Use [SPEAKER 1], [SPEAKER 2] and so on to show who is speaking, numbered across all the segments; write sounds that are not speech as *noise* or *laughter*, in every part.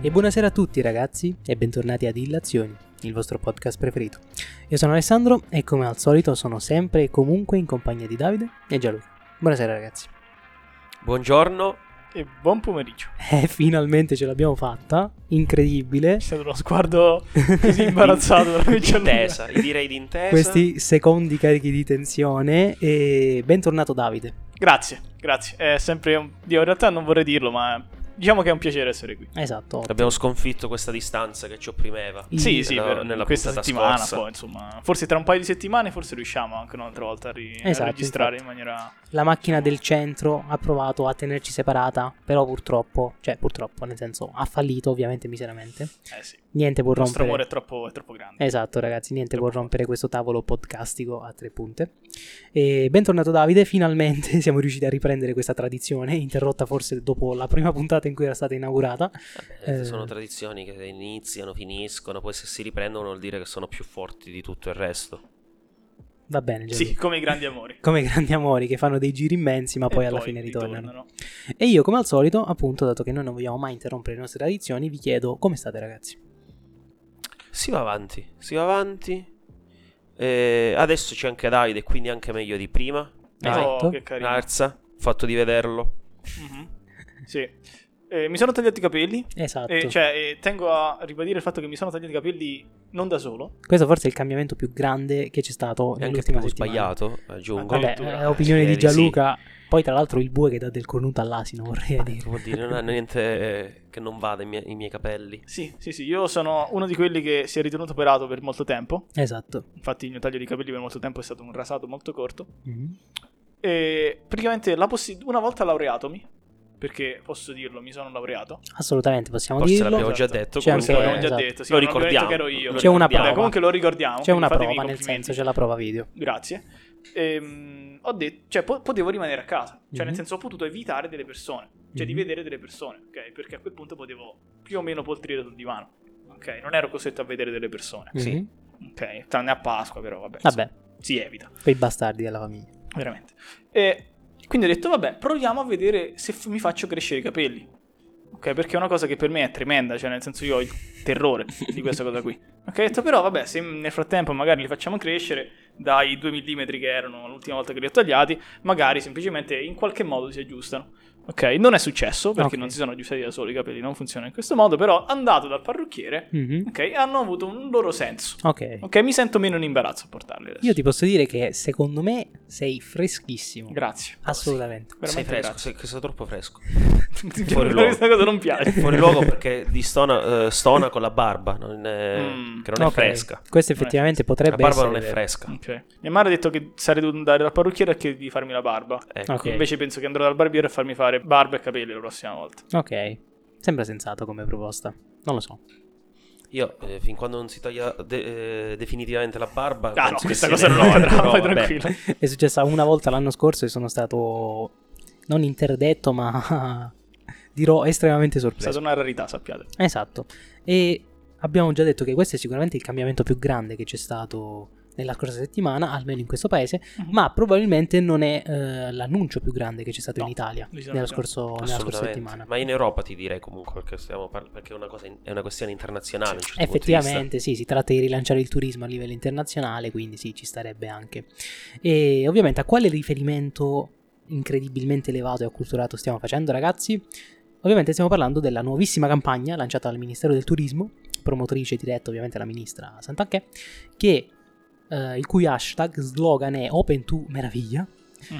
[SPEAKER 1] E buonasera a tutti ragazzi e bentornati a Dillazioni, il vostro podcast preferito. Io sono Alessandro e come al solito sono sempre e comunque in compagnia di Davide e Gianluca. Buonasera ragazzi. *laughs*
[SPEAKER 2] Buongiorno.
[SPEAKER 3] E buon pomeriggio.
[SPEAKER 1] Eh, finalmente ce l'abbiamo fatta, incredibile.
[SPEAKER 3] C'è stato uno sguardo
[SPEAKER 2] *laughs*
[SPEAKER 3] così imbarazzato. da cui c'è nulla.
[SPEAKER 2] D'intesa, direi d'intesa.
[SPEAKER 1] Questi secondi carichi di tensione e bentornato Davide.
[SPEAKER 3] Grazie, grazie. È sempre un... Io in realtà non vorrei dirlo, ma diciamo che è un piacere essere qui.
[SPEAKER 1] Esatto.
[SPEAKER 2] Abbiamo sconfitto questa distanza che ci opprimeva.
[SPEAKER 1] Il-
[SPEAKER 3] Sì, sì,
[SPEAKER 2] Nella-
[SPEAKER 3] per
[SPEAKER 2] nella
[SPEAKER 3] questa
[SPEAKER 2] puntata
[SPEAKER 3] settimana
[SPEAKER 2] scorsa.
[SPEAKER 3] poi, insomma. Forse tra un paio di settimane forse riusciamo anche un'altra volta a, ri- a
[SPEAKER 1] Esatto,
[SPEAKER 3] registrare
[SPEAKER 1] infatti.
[SPEAKER 3] in maniera...
[SPEAKER 1] La macchina del centro ha provato a tenerci separata, però purtroppo, cioè purtroppo, nel senso ha fallito ovviamente miseramente.
[SPEAKER 3] Eh sì, il
[SPEAKER 1] Niente può
[SPEAKER 3] nostro amore
[SPEAKER 1] rompere.
[SPEAKER 3] è troppo, è troppo grande.
[SPEAKER 1] Esatto ragazzi, niente può rompere questo tavolo podcastico a tre punte. E bentornato Davide, *laughs* finalmente siamo riusciti a riprendere questa tradizione, interrotta forse dopo la prima puntata in cui era stata inaugurata.
[SPEAKER 2] Eh,
[SPEAKER 1] Eh.
[SPEAKER 2] Sono tradizioni che iniziano, finiscono, poi se si riprendono vuol dire che sono più forti di tutto il resto.
[SPEAKER 1] Va bene, Gianluca.
[SPEAKER 3] Sì, come i grandi amori.
[SPEAKER 1] Come i grandi amori che fanno dei giri immensi *laughs* ma
[SPEAKER 3] E
[SPEAKER 1] poi alla fine ritornano.
[SPEAKER 3] ritornano.
[SPEAKER 1] E io, come al solito, appunto, dato che noi non vogliamo mai interrompere le nostre tradizioni, vi chiedo come state, ragazzi.
[SPEAKER 2] Si va avanti, si va avanti. Eh, adesso c'è anche Davide, quindi anche meglio di prima.
[SPEAKER 1] Esatto.
[SPEAKER 3] Oh, che carino.
[SPEAKER 2] Arza, fatto di vederlo.
[SPEAKER 3] Mhm. Sì. Eh, mi sono tagliato i capelli.
[SPEAKER 1] Esatto.
[SPEAKER 3] Eh, cioè, eh, tengo a ribadire il fatto che mi sono tagliato i capelli non da solo.
[SPEAKER 1] Questo forse è il cambiamento più grande che c'è stato
[SPEAKER 2] E anche
[SPEAKER 1] nell'ultima
[SPEAKER 2] più
[SPEAKER 1] settimana.
[SPEAKER 2] sbagliato, aggiungo.
[SPEAKER 1] Vabbè,
[SPEAKER 3] Addirittura.
[SPEAKER 1] eh, opinione
[SPEAKER 2] Eh,
[SPEAKER 1] di
[SPEAKER 2] sì.
[SPEAKER 1] Gianluca. Poi, tra l'altro, il bue che dà del cornuto all'asino, vorrei
[SPEAKER 2] Che
[SPEAKER 1] dire.
[SPEAKER 2] Vuol dire, non ha niente eh, che non vada i miei, i miei capelli.
[SPEAKER 3] Sì, sì, sì, io sono uno di quelli che si è ritenuto operato per molto tempo.
[SPEAKER 1] Esatto.
[SPEAKER 3] Infatti il mio taglio di capelli per molto tempo è stato un rasato molto corto.
[SPEAKER 1] Mhm.
[SPEAKER 3] E praticamente la possi- una volta laureatomi, perché posso dirlo, mi sono laureato.
[SPEAKER 1] Assolutamente, possiamo
[SPEAKER 2] Forse
[SPEAKER 1] dirlo.
[SPEAKER 2] l'abbiamo già
[SPEAKER 3] Esatto.
[SPEAKER 2] detto.
[SPEAKER 1] C'è
[SPEAKER 2] comunque
[SPEAKER 1] anche-
[SPEAKER 3] l'abbiamo già
[SPEAKER 1] esatto.
[SPEAKER 3] detto, sì,
[SPEAKER 2] Lo
[SPEAKER 3] non abbiamo detto
[SPEAKER 2] ricordiamo.
[SPEAKER 3] che ero io.
[SPEAKER 2] Lo
[SPEAKER 1] C'è una
[SPEAKER 2] ricordiamo.
[SPEAKER 1] prova.
[SPEAKER 3] Vabbè, comunque lo ricordiamo.
[SPEAKER 1] C'è una
[SPEAKER 3] quindi fatemi i
[SPEAKER 1] prova, nel
[SPEAKER 3] complimenti.
[SPEAKER 1] senso, c'è la prova video.
[SPEAKER 3] Grazie. Ehm, ho detto, cioè, po- potevo rimanere a casa. Cioè,
[SPEAKER 1] Mhm.
[SPEAKER 3] nel senso, ho potuto evitare delle persone. Cioè, di
[SPEAKER 1] Mhm.
[SPEAKER 3] vedere delle persone, ok? Perché a quel punto potevo più o meno poltrire sul divano. Ok, non ero costretto a vedere delle persone.
[SPEAKER 2] Sì.
[SPEAKER 1] Mhm.
[SPEAKER 3] Ok, tranne a Pasqua, però, vabbè.
[SPEAKER 1] Vabbè,
[SPEAKER 3] insomma, Si evita,
[SPEAKER 1] quei bastardi della famiglia.
[SPEAKER 3] veramente. E quindi ho detto, vabbè, proviamo a vedere se f- mi faccio crescere i capelli. Ok, perché è una cosa che per me è tremenda, cioè nel senso io ho il terrore di questa
[SPEAKER 1] *laughs*
[SPEAKER 3] cosa qui. Ok, ho detto però vabbè, se nel frattempo magari li facciamo crescere dai 2 mm che erano l'ultima volta che li ho tagliati, magari semplicemente in qualche modo si aggiustano. Ok, non è successo perché
[SPEAKER 1] Ok.
[SPEAKER 3] non si sono aggiustati da soli i capelli, non funziona in questo modo, però andato dal parrucchiere,
[SPEAKER 1] Mhm.
[SPEAKER 3] ok, hanno avuto un loro senso.
[SPEAKER 1] Ok.
[SPEAKER 3] Mm-hmm. Ok, mi sento meno in imbarazzo a portarli adesso.
[SPEAKER 1] Io ti posso dire che secondo me sei freschissimo.
[SPEAKER 3] Grazie.
[SPEAKER 1] Ah, Assolutamente.
[SPEAKER 2] Sei
[SPEAKER 3] Veramente
[SPEAKER 2] fresco,
[SPEAKER 3] grazie.
[SPEAKER 2] sei, sei troppo fresco.
[SPEAKER 3] Ti
[SPEAKER 2] Fuori
[SPEAKER 3] *laughs* giuro,
[SPEAKER 2] luogo.
[SPEAKER 3] Questa cosa non piace.
[SPEAKER 2] Fuori luogo
[SPEAKER 3] *laughs*
[SPEAKER 2] perché di stona, eh, stona con la barba, non è-
[SPEAKER 3] Mm.
[SPEAKER 2] che non
[SPEAKER 1] Ok,
[SPEAKER 2] è fresca.
[SPEAKER 1] Questo effettivamente
[SPEAKER 2] La
[SPEAKER 1] potrebbe
[SPEAKER 2] barba
[SPEAKER 1] essere
[SPEAKER 2] non è
[SPEAKER 1] vero.
[SPEAKER 2] fresca.
[SPEAKER 3] Ok. Mia madre ha detto che sarei dovuto andare dal parrucchiere e che di farmi la barba.
[SPEAKER 2] Ecco.
[SPEAKER 1] Ok.
[SPEAKER 3] Invece penso che andrò dal barbiere a farmi fare barba e capelli la prossima volta.
[SPEAKER 1] Ok, sembra sensato come proposta. Non lo so. *laughs*
[SPEAKER 2] Io, eh, fin quando non si taglia de- eh, definitivamente la barba...
[SPEAKER 3] Ah,
[SPEAKER 2] penso
[SPEAKER 3] no,
[SPEAKER 2] che
[SPEAKER 3] questa
[SPEAKER 2] sia *laughs*
[SPEAKER 3] cosa non la
[SPEAKER 1] *laughs*
[SPEAKER 2] normale,
[SPEAKER 3] vedrà,
[SPEAKER 2] però
[SPEAKER 3] vai
[SPEAKER 2] vabbè.
[SPEAKER 3] tranquillo.
[SPEAKER 1] È successa una volta l'anno scorso e sono stato non interdetto, ma *laughs* dirò estremamente
[SPEAKER 3] È
[SPEAKER 1] sorpreso.
[SPEAKER 3] stata una rarità, sappiate.
[SPEAKER 1] Esatto. E abbiamo già detto che questo è sicuramente il cambiamento più grande che c'è stato nella scorsa settimana, almeno in questo paese,
[SPEAKER 3] Mhm.
[SPEAKER 1] ma probabilmente non è eh, l'annuncio più grande che c'è stato in
[SPEAKER 3] No,
[SPEAKER 1] Italia
[SPEAKER 3] mi sa
[SPEAKER 1] nella,
[SPEAKER 3] di no.
[SPEAKER 1] scorso- nella scorsa
[SPEAKER 2] Assolutamente.
[SPEAKER 1] settimana.
[SPEAKER 2] Ma in Europa ti direi comunque perché, stiamo par- perché è, una cosa in- è una questione internazionale. in un certo punto di vista.
[SPEAKER 1] Effettivamente, sì, si tratta di rilanciare il turismo a livello internazionale, quindi sì, ci starebbe anche. E ovviamente a quale riferimento incredibilmente elevato e acculturato stiamo facendo, ragazzi? Ovviamente stiamo parlando della nuovissima campagna lanciata dal Ministero del Turismo, promotrice diretta ovviamente la ministra Santanchè, che eh, il cui hashtag slogan è Open to Meraviglia.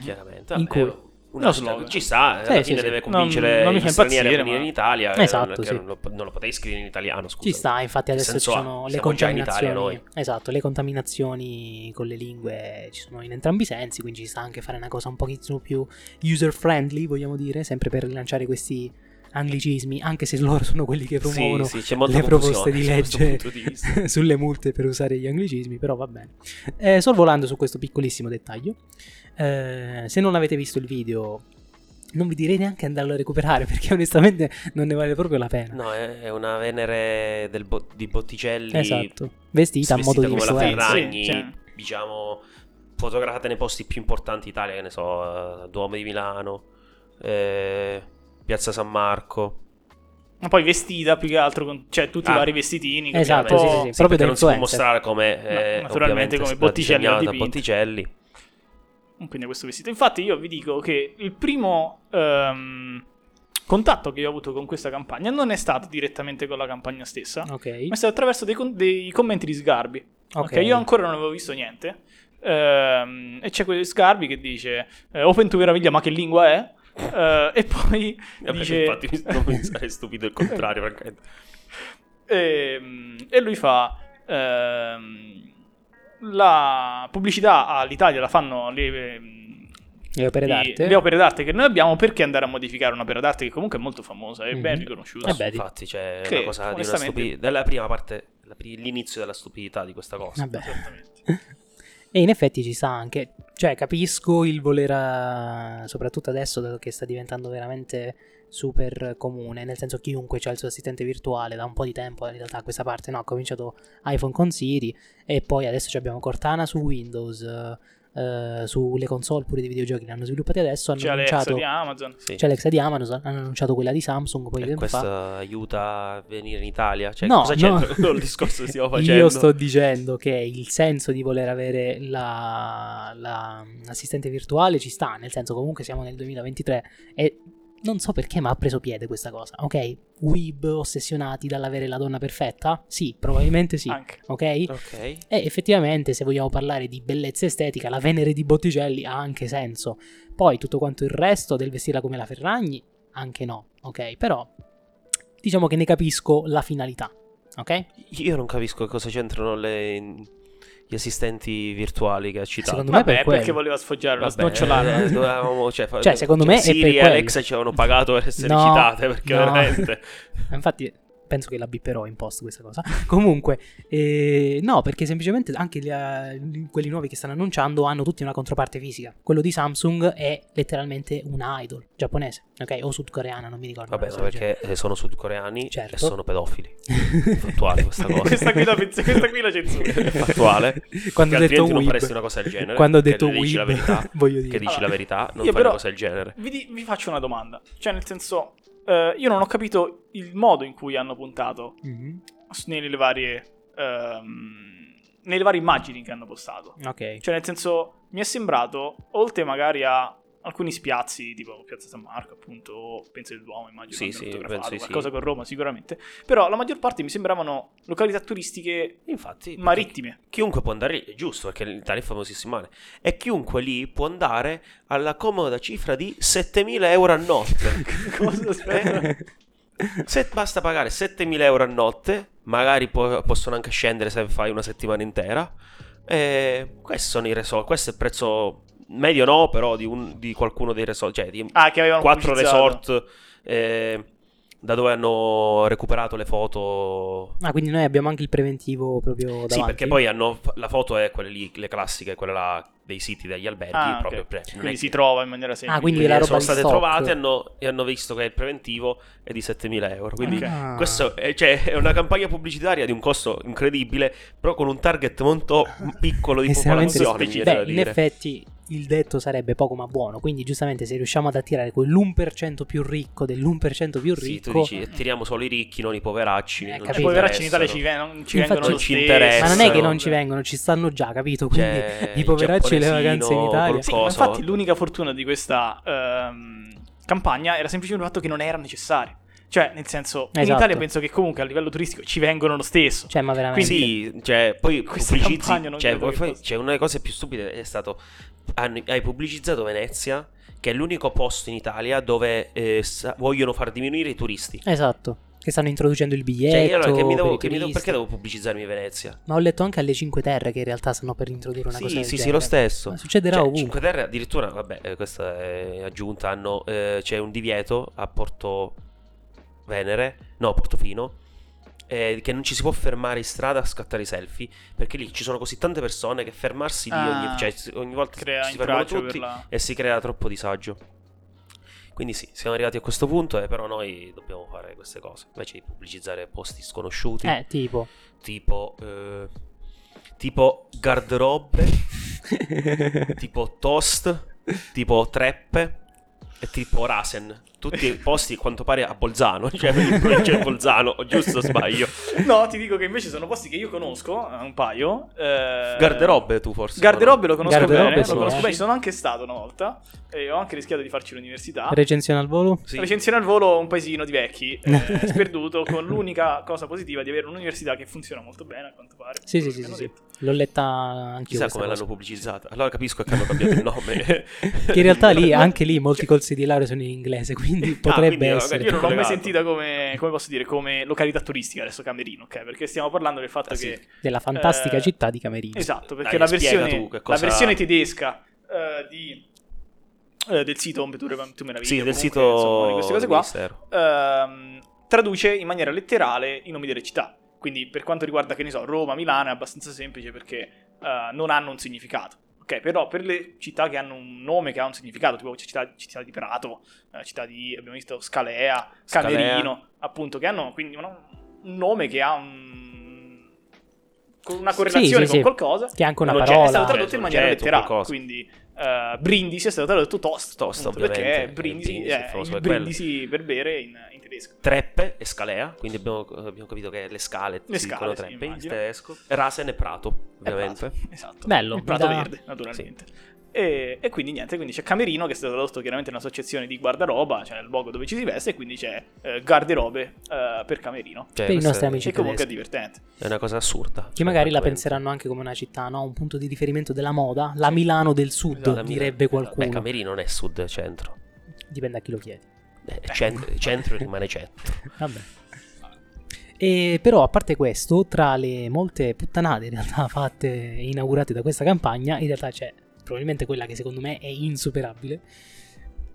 [SPEAKER 2] Chiaramente.
[SPEAKER 1] In
[SPEAKER 2] vabbè,
[SPEAKER 1] cui-
[SPEAKER 2] un
[SPEAKER 3] No,
[SPEAKER 2] hashtag
[SPEAKER 3] slogan.
[SPEAKER 2] ci sta,
[SPEAKER 1] Sì,
[SPEAKER 2] alla
[SPEAKER 1] sì,
[SPEAKER 2] fine
[SPEAKER 1] sì.
[SPEAKER 2] deve
[SPEAKER 3] Non-
[SPEAKER 2] convincere
[SPEAKER 3] non mi
[SPEAKER 2] gli stranieri
[SPEAKER 3] fa
[SPEAKER 2] a
[SPEAKER 3] impazzire,
[SPEAKER 2] venire
[SPEAKER 3] ma-
[SPEAKER 2] in Italia.
[SPEAKER 1] Esatto,
[SPEAKER 2] eh, che
[SPEAKER 1] sì.
[SPEAKER 2] non, lo, non lo potevi scrivere in italiano, scusa.
[SPEAKER 1] Ci sta, infatti
[SPEAKER 2] Che
[SPEAKER 1] adesso ci
[SPEAKER 2] senso ha?
[SPEAKER 1] sono le
[SPEAKER 2] Siamo già in
[SPEAKER 1] contaminazioni.
[SPEAKER 2] Italia noi.
[SPEAKER 1] Esatto, le contaminazioni con le lingue ci sono in entrambi i sensi, quindi ci sta anche fare una cosa un pochino più user friendly, vogliamo dire, sempre per rilanciare questi anglicismi, anche se loro sono quelli che promuovono
[SPEAKER 2] sì, sì, *laughs* c'è molta
[SPEAKER 1] le proposte
[SPEAKER 2] confusione
[SPEAKER 1] di
[SPEAKER 2] da questo
[SPEAKER 1] legge.
[SPEAKER 2] punto di
[SPEAKER 1] *laughs*
[SPEAKER 2] vista.
[SPEAKER 1] sulle multe per usare gli anglicismi, però va bene. Eh, sorvolando su questo piccolissimo dettaglio, eh, se non avete visto il video, non vi direi neanche andarlo a recuperare *laughs* perché onestamente non ne vale proprio la pena.
[SPEAKER 2] No, è è una Venere del bo- di Botticelli
[SPEAKER 1] Esatto, vestita a modo di
[SPEAKER 2] come la
[SPEAKER 1] influencer.
[SPEAKER 2] Ferragni,
[SPEAKER 3] Sì, cioè.
[SPEAKER 2] diciamo, fotografata nei posti più importanti d'Italia, che ne so, eh, Duomo di Milano, eh, Piazza San Marco.
[SPEAKER 3] Ma poi vestita più che altro, con, cioè tutti
[SPEAKER 2] Ah.
[SPEAKER 3] i vari vestitini. quindi
[SPEAKER 1] Esatto,
[SPEAKER 3] un
[SPEAKER 1] sì,
[SPEAKER 3] po'-
[SPEAKER 1] sì, sì,
[SPEAKER 2] Sì,
[SPEAKER 1] proprio
[SPEAKER 2] perché
[SPEAKER 1] da
[SPEAKER 2] non si può
[SPEAKER 1] influencer.
[SPEAKER 2] mostrare come eh,
[SPEAKER 3] naturalmente
[SPEAKER 2] ovviamente
[SPEAKER 3] come
[SPEAKER 2] è stata
[SPEAKER 3] Botticelli ha
[SPEAKER 2] disegnata
[SPEAKER 3] dipinto.
[SPEAKER 2] Botticelli.
[SPEAKER 3] Quindi questo vestito. Infatti io vi dico che il primo ehm, contatto che io ho avuto con questa campagna non è stato direttamente con la campagna stessa,
[SPEAKER 1] Ok,
[SPEAKER 3] ma è stato attraverso dei, con- dei commenti di Sgarbi.
[SPEAKER 1] ok.
[SPEAKER 3] Ok, io ancora non avevo visto niente. Ehm, e c'è quello di Sgarbi che dice eh, Open to meraviglia, ma che lingua è? Eh, e poi
[SPEAKER 2] *laughs* Vabbè,
[SPEAKER 3] dice
[SPEAKER 2] Infatti, mi- non mi sarei stupido il contrario,
[SPEAKER 1] *laughs*
[SPEAKER 2] francamente.
[SPEAKER 3] *laughs*
[SPEAKER 1] Eh
[SPEAKER 3] Ehm, e, lui fa ehm, la pubblicità all'Italia la fanno le, ehm,
[SPEAKER 1] Le opere
[SPEAKER 3] i-
[SPEAKER 1] d'arte.
[SPEAKER 3] le opere d'arte che noi abbiamo perché andare a modificare un'opera d'arte che comunque è molto famosa e
[SPEAKER 1] Mhm.
[SPEAKER 3] ben riconosciuta
[SPEAKER 1] Eh beh, di-
[SPEAKER 2] Infatti, c'è
[SPEAKER 3] Che,
[SPEAKER 2] una cosa di una
[SPEAKER 3] onestamente-
[SPEAKER 2] stupidità. Della prima parte, la pri- l'inizio della stupidità di questa cosa.
[SPEAKER 1] Vabbè. *laughs*
[SPEAKER 3] Esattamente.
[SPEAKER 1] E in effetti ci sta anche, cioè capisco il voler, eh, soprattutto adesso dato che sta diventando veramente super comune, nel senso chiunque ha il suo assistente virtuale da un po' di tempo in realtà a questa parte, no, ha cominciato iPhone con Siri e poi adesso ci abbiamo Cortana su Windows, eh, eh, sulle console pure dei videogiochi li hanno sviluppati adesso, hanno
[SPEAKER 3] c'è Alexa
[SPEAKER 1] annunciato...
[SPEAKER 3] di Amazon
[SPEAKER 2] Sì.
[SPEAKER 1] C'è Alexa di Amazon, hanno annunciato quella di Samsung poi
[SPEAKER 2] E
[SPEAKER 1] tempo
[SPEAKER 2] questo
[SPEAKER 1] fa.
[SPEAKER 2] aiuta a venire in Italia? Cioè,
[SPEAKER 1] No,
[SPEAKER 2] cosa
[SPEAKER 1] no.
[SPEAKER 2] c'entra con *laughs* il discorso che stiamo facendo?
[SPEAKER 1] *laughs* Io sto dicendo che il senso di voler avere la, la- l'assistente virtuale ci sta, nel senso comunque siamo nel 2023 e non so perché ma ha preso piede questa cosa, ok? Weeb ossessionati dall'avere la donna perfetta? Sì, probabilmente
[SPEAKER 2] Ah.
[SPEAKER 1] sì,
[SPEAKER 3] anche.
[SPEAKER 1] ok? E
[SPEAKER 2] Ok.
[SPEAKER 1] effettivamente se vogliamo parlare di bellezza estetica, la Venere di Botticelli ha anche senso. Poi tutto quanto il resto del vestirla come la Ferragni, anche no, ok? Però diciamo che ne capisco la finalità, ok?
[SPEAKER 2] Esatto. Io non capisco che cosa c'entrano le- gli assistenti virtuali che ha citato.
[SPEAKER 1] Secondo me
[SPEAKER 3] Vabbè,
[SPEAKER 1] per quello.
[SPEAKER 3] perché voleva sfoggiare lo
[SPEAKER 2] Vabbè,
[SPEAKER 3] snocciolare.
[SPEAKER 2] eh, dovevamo- cioè, fa-
[SPEAKER 1] Cioè, secondo me è
[SPEAKER 2] Siri
[SPEAKER 1] per
[SPEAKER 2] e
[SPEAKER 1] quello.
[SPEAKER 2] Alexa ci avevano pagato per essere
[SPEAKER 1] No,
[SPEAKER 2] citate perché
[SPEAKER 1] no. *laughs*
[SPEAKER 2] veramente
[SPEAKER 1] Ma Eh, Infatti, penso che la bipperò in post questa cosa. *laughs* Comunque, eh, no, perché semplicemente anche gli, eh, quelli nuovi che stanno annunciando hanno tutti una controparte fisica. Quello di Samsung è letteralmente una idol giapponese, ok? O sudcoreana, non mi ricordo.
[SPEAKER 2] vabbè
[SPEAKER 1] una
[SPEAKER 2] ma
[SPEAKER 1] cosa del
[SPEAKER 2] perché eh, sono sudcoreani
[SPEAKER 1] Certo.
[SPEAKER 2] e
[SPEAKER 1] *laughs*
[SPEAKER 2] sono pedofili
[SPEAKER 1] genere.
[SPEAKER 2] fattuale questa cosa.
[SPEAKER 3] questa, qui la, pezz- questa qui la censura.
[SPEAKER 2] È fattuale
[SPEAKER 1] Quando ho
[SPEAKER 2] Perché
[SPEAKER 1] detto
[SPEAKER 2] altrimenti non faresti
[SPEAKER 1] Weeb,
[SPEAKER 2] una cosa del genere
[SPEAKER 1] quando ho
[SPEAKER 2] che
[SPEAKER 1] detto
[SPEAKER 2] dici la
[SPEAKER 1] Weeb, *laughs*
[SPEAKER 2] verità
[SPEAKER 1] voglio
[SPEAKER 2] che
[SPEAKER 1] dire.
[SPEAKER 2] dici
[SPEAKER 3] Allora,
[SPEAKER 2] la verità non
[SPEAKER 3] io
[SPEAKER 2] fai
[SPEAKER 3] però-
[SPEAKER 2] una cosa del genere
[SPEAKER 3] Vi, di- vi faccio una domanda. Cioè, nel senso, eh, io non ho capito il modo in cui hanno puntato
[SPEAKER 1] Mhm,
[SPEAKER 3] s- nelle varie, ehm, nelle varie immagini che hanno postato.
[SPEAKER 1] Ok.
[SPEAKER 3] Cioè, nel senso, mi è sembrato, oltre magari a alcuni spiazzi, tipo Piazza San Marco, appunto, o Penso del Duomo, immagino,
[SPEAKER 2] Sì,
[SPEAKER 3] abbiano
[SPEAKER 2] sì,
[SPEAKER 3] fotografato,
[SPEAKER 2] penso di sì.
[SPEAKER 3] qualcosa con Roma sicuramente, però la maggior parte mi sembravano località turistiche
[SPEAKER 2] infatti perché
[SPEAKER 3] marittime.
[SPEAKER 2] chiunque può andare lì è giusto perché l'Italia è famosissima e chiunque lì può andare alla comoda cifra di 7000 euro a
[SPEAKER 1] *laughs*
[SPEAKER 2] notte
[SPEAKER 3] *laughs* Cosa spero?
[SPEAKER 2] Se basta pagare 7.000 euro a notte, magari po- possono anche scendere se fai una settimana intera. E questi sono i resort. Questo è il prezzo medio, no, però di, un- di qualcuno dei resort, cioè di
[SPEAKER 3] Ah, che avevano
[SPEAKER 2] quattro
[SPEAKER 3] pubblicizzato.
[SPEAKER 2] resort eh, da dove hanno recuperato le foto.
[SPEAKER 1] Ah, quindi noi abbiamo anche il preventivo proprio davanti.
[SPEAKER 2] Sì, perché poi hanno la foto è quelle lì, le classiche, quella là dei siti degli alberghi.
[SPEAKER 3] Ah,
[SPEAKER 2] proprio
[SPEAKER 3] ok.
[SPEAKER 2] pre- non è
[SPEAKER 3] Quindi
[SPEAKER 2] che-
[SPEAKER 3] si trova in maniera semplice.
[SPEAKER 1] Ah, quindi
[SPEAKER 2] quindi
[SPEAKER 1] la roba
[SPEAKER 2] sono
[SPEAKER 1] di
[SPEAKER 2] state
[SPEAKER 1] stock.
[SPEAKER 2] trovate e hanno- e hanno visto che il preventivo è di 7.000 euro. Quindi
[SPEAKER 3] Ok.
[SPEAKER 1] Ah.
[SPEAKER 2] Questo è, cioè, è una campagna pubblicitaria di un costo incredibile, però con un target molto piccolo di
[SPEAKER 1] Estremamente
[SPEAKER 2] popolazione. mi
[SPEAKER 1] specifico.
[SPEAKER 2] viene da
[SPEAKER 1] Beh, in
[SPEAKER 2] dire.
[SPEAKER 1] effetti il detto sarebbe poco ma buono, quindi giustamente se riusciamo ad attirare quell'1% più ricco dell'1% più
[SPEAKER 2] Sì, tu
[SPEAKER 1] ricco,
[SPEAKER 2] dici, eh, tiriamo solo i ricchi, non i poveracci.
[SPEAKER 1] Eh,
[SPEAKER 2] non ci
[SPEAKER 1] capito.
[SPEAKER 3] I poveracci in
[SPEAKER 2] interessano.
[SPEAKER 3] Italia ci, ven- non ci
[SPEAKER 1] Infatti-
[SPEAKER 3] vengono lo
[SPEAKER 2] Non ci
[SPEAKER 3] stesso.
[SPEAKER 1] ma
[SPEAKER 2] interessa,
[SPEAKER 1] non è che
[SPEAKER 2] no?
[SPEAKER 1] non ci vengono, ci stanno già, capito? Quindi
[SPEAKER 2] C'è
[SPEAKER 1] i
[SPEAKER 2] il
[SPEAKER 1] poveracci e le vacanze in
[SPEAKER 2] giapponesino,
[SPEAKER 1] Italia.
[SPEAKER 3] Sì, ma
[SPEAKER 2] Cosa?
[SPEAKER 3] infatti l'unica fortuna di questa ehm, campagna era semplicemente il fatto che non era necessaria. Cioè, nel senso, in
[SPEAKER 1] Esatto.
[SPEAKER 3] Italia penso che comunque a livello turistico ci vengono lo stesso.
[SPEAKER 1] Cioè, ma veramente
[SPEAKER 2] Sì, cioè, poi
[SPEAKER 3] Ah, *laughs* Questa
[SPEAKER 2] pubblicizzi.
[SPEAKER 3] campagna non
[SPEAKER 2] Cioè,
[SPEAKER 3] credo
[SPEAKER 2] poi
[SPEAKER 3] che
[SPEAKER 2] fai-
[SPEAKER 3] possa-
[SPEAKER 2] c'è una delle cose più stupide è stato. hanno- Hai pubblicizzato Venezia, che è l'unico posto in Italia dove eh, sa- vogliono far diminuire i turisti.
[SPEAKER 1] Esatto, che stanno introducendo il biglietto
[SPEAKER 2] Cioè, io allora, che mi devo-
[SPEAKER 1] per i
[SPEAKER 2] che mi devo-
[SPEAKER 1] turisti.
[SPEAKER 2] perché devo pubblicizzarmi Venezia?
[SPEAKER 1] Ma ho letto anche alle 5 Terre che in realtà stanno per introdurre una
[SPEAKER 2] sì,
[SPEAKER 1] cosa del
[SPEAKER 2] sì, sì,
[SPEAKER 1] genere.
[SPEAKER 2] lo stesso.
[SPEAKER 1] Ma succederà
[SPEAKER 2] cioè,
[SPEAKER 1] ovunque.
[SPEAKER 2] 5 Terre addirittura, vabbè, eh, questa è aggiunta, hanno, eh, c'è un divieto a Porto Venere, no, Portofino, eh, che non ci si può fermare in strada a scattare i selfie, perché lì ci sono così tante persone che fermarsi lì
[SPEAKER 3] Ah,
[SPEAKER 2] ogni, cioè, si- ogni volta
[SPEAKER 3] Crea
[SPEAKER 2] si fermano
[SPEAKER 3] intralcio per
[SPEAKER 2] tutti
[SPEAKER 3] la...
[SPEAKER 2] e si crea troppo disagio. Quindi sì, siamo arrivati a questo punto, eh, però noi dobbiamo fare queste cose, invece di pubblicizzare posti sconosciuti
[SPEAKER 1] Eh,
[SPEAKER 2] *laughs*
[SPEAKER 1] tipo.
[SPEAKER 2] tipo eh, tipo garderobe tipo toast tipo treppe e tipo Rasen, tutti posti quanto pare a Bolzano, *laughs* *laughs* cioè in provincia di Bolzano,
[SPEAKER 3] *laughs*
[SPEAKER 2] o giusto o sbaglio?
[SPEAKER 3] Eh, No, ti dico che invece sono posti che io conosco, eh, un paio. eh,
[SPEAKER 2] Garderobe tu forse.
[SPEAKER 3] Garderobe lo conosco
[SPEAKER 1] Garderobe
[SPEAKER 3] bene,
[SPEAKER 1] sì. eh.
[SPEAKER 3] lo conosco bene, ci sono anche stato una volta e ho anche rischiato di farci l'università.
[SPEAKER 1] Recensione al volo?
[SPEAKER 2] Sì.
[SPEAKER 3] Recensione al volo un paesino di
[SPEAKER 2] *laughs*
[SPEAKER 3] vecchi, eh, sperduto, con l'unica cosa positiva di avere un'università che funziona molto bene, a quanto pare.
[SPEAKER 1] Sì,
[SPEAKER 3] quello
[SPEAKER 1] sì,
[SPEAKER 3] che
[SPEAKER 1] sì, sì,
[SPEAKER 3] hanno
[SPEAKER 1] sì.
[SPEAKER 3] detto.
[SPEAKER 1] L'ho letta anche
[SPEAKER 2] Chissà
[SPEAKER 1] io.
[SPEAKER 2] come l'hanno pubblicizzata. Allora capisco che hanno cambiato il
[SPEAKER 3] *laughs*
[SPEAKER 2] nome.
[SPEAKER 1] Che in realtà
[SPEAKER 2] *laughs*
[SPEAKER 1] lì, anche lì, molti corsi di laurea sono in inglese, quindi
[SPEAKER 2] Ah,
[SPEAKER 1] potrebbe
[SPEAKER 2] quindi,
[SPEAKER 1] essere.
[SPEAKER 3] Io non l'ho mai
[SPEAKER 2] collegato.
[SPEAKER 3] sentita come, come posso dire, come località turistica, adesso Camerino, ok? Perché stiamo parlando del fatto
[SPEAKER 2] Ah, sì.
[SPEAKER 3] che...
[SPEAKER 1] Della fantastica
[SPEAKER 3] eh,
[SPEAKER 1] città di Camerino.
[SPEAKER 3] Esatto, perché
[SPEAKER 2] Dai,
[SPEAKER 3] la,
[SPEAKER 2] spiega
[SPEAKER 3] versione,
[SPEAKER 2] tu che
[SPEAKER 3] la
[SPEAKER 2] cosa-
[SPEAKER 3] versione tedesca eh, di- eh, del sito Ombe tu, tu meravigli,
[SPEAKER 2] Sì, del
[SPEAKER 3] comunque,
[SPEAKER 2] sito
[SPEAKER 3] insomma, di queste cose qua,
[SPEAKER 2] Ministero.
[SPEAKER 3] ehm, traduce in maniera letterale i nomi delle città. Quindi per quanto riguarda, che ne so, Roma, Milano è abbastanza semplice perché eh, non hanno un significato. Ok, però per le città che hanno un nome che ha un significato, tipo città, città di Prato, eh, città di, abbiamo visto, Scalea,
[SPEAKER 2] Scalea.
[SPEAKER 3] Camerino, appunto, che hanno quindi una- un nome che ha un- con una correlazione
[SPEAKER 1] sì,
[SPEAKER 3] con
[SPEAKER 1] sì.
[SPEAKER 3] qualcosa.
[SPEAKER 1] Che è anche una
[SPEAKER 3] L'oggetto È stato
[SPEAKER 1] parola. certo,
[SPEAKER 3] tradotto in maniera
[SPEAKER 2] Oggetto,
[SPEAKER 3] letterale,
[SPEAKER 2] qualcosa.
[SPEAKER 3] quindi eh, Brindisi è stato tradotto Tost,
[SPEAKER 2] Tost,
[SPEAKER 3] appunto, perché
[SPEAKER 2] ovviamente,
[SPEAKER 3] Brindisi,
[SPEAKER 2] Brindisi,
[SPEAKER 3] eh,
[SPEAKER 2] forse
[SPEAKER 3] il
[SPEAKER 2] per quello.
[SPEAKER 3] Brindisi per bere in, in tedesco.
[SPEAKER 2] Treppe e Scalea, quindi abbiamo, abbiamo capito che le scale
[SPEAKER 3] Le
[SPEAKER 2] si dicono
[SPEAKER 3] scale, sì,
[SPEAKER 2] Treppe in
[SPEAKER 3] immagino.
[SPEAKER 2] tedesco. E Rasen e Prato,
[SPEAKER 3] È
[SPEAKER 2] ovviamente.
[SPEAKER 3] Prato, esatto.
[SPEAKER 1] Bello,
[SPEAKER 3] Il prato
[SPEAKER 1] mi dà-
[SPEAKER 3] verde, naturalmente. E, e quindi niente, quindi c'è Camerino che è stato tradotto chiaramente in un'associazione di guardaroba, cioè il luogo dove ci si veste, e quindi c'è eh, garderobe eh, per Camerino.
[SPEAKER 2] Cioè,
[SPEAKER 1] Per i
[SPEAKER 2] questa
[SPEAKER 1] nostri
[SPEAKER 2] è-
[SPEAKER 1] amici
[SPEAKER 3] E comunque è
[SPEAKER 1] tedeschi.
[SPEAKER 3] divertente.
[SPEAKER 2] È una cosa assurda. Cioè,
[SPEAKER 1] Che magari la
[SPEAKER 2] Francamente.
[SPEAKER 1] penseranno anche come una città, no? Un punto di riferimento della moda. La Milano del Sud,
[SPEAKER 3] Esatto, la
[SPEAKER 2] Milano.
[SPEAKER 1] direbbe
[SPEAKER 2] Beh,
[SPEAKER 1] qualcuno.
[SPEAKER 2] Camerino non è sud, è centro.
[SPEAKER 1] Dipende a chi lo chiedi.
[SPEAKER 2] Eh, cen-
[SPEAKER 1] *laughs*
[SPEAKER 2] centro rimane centro.
[SPEAKER 3] *laughs*
[SPEAKER 1] Vabbè. E però a parte questo, tra le molte puttanate in realtà *laughs* fatte e inaugurate da questa campagna, in realtà c'è probabilmente quella che secondo me è insuperabile.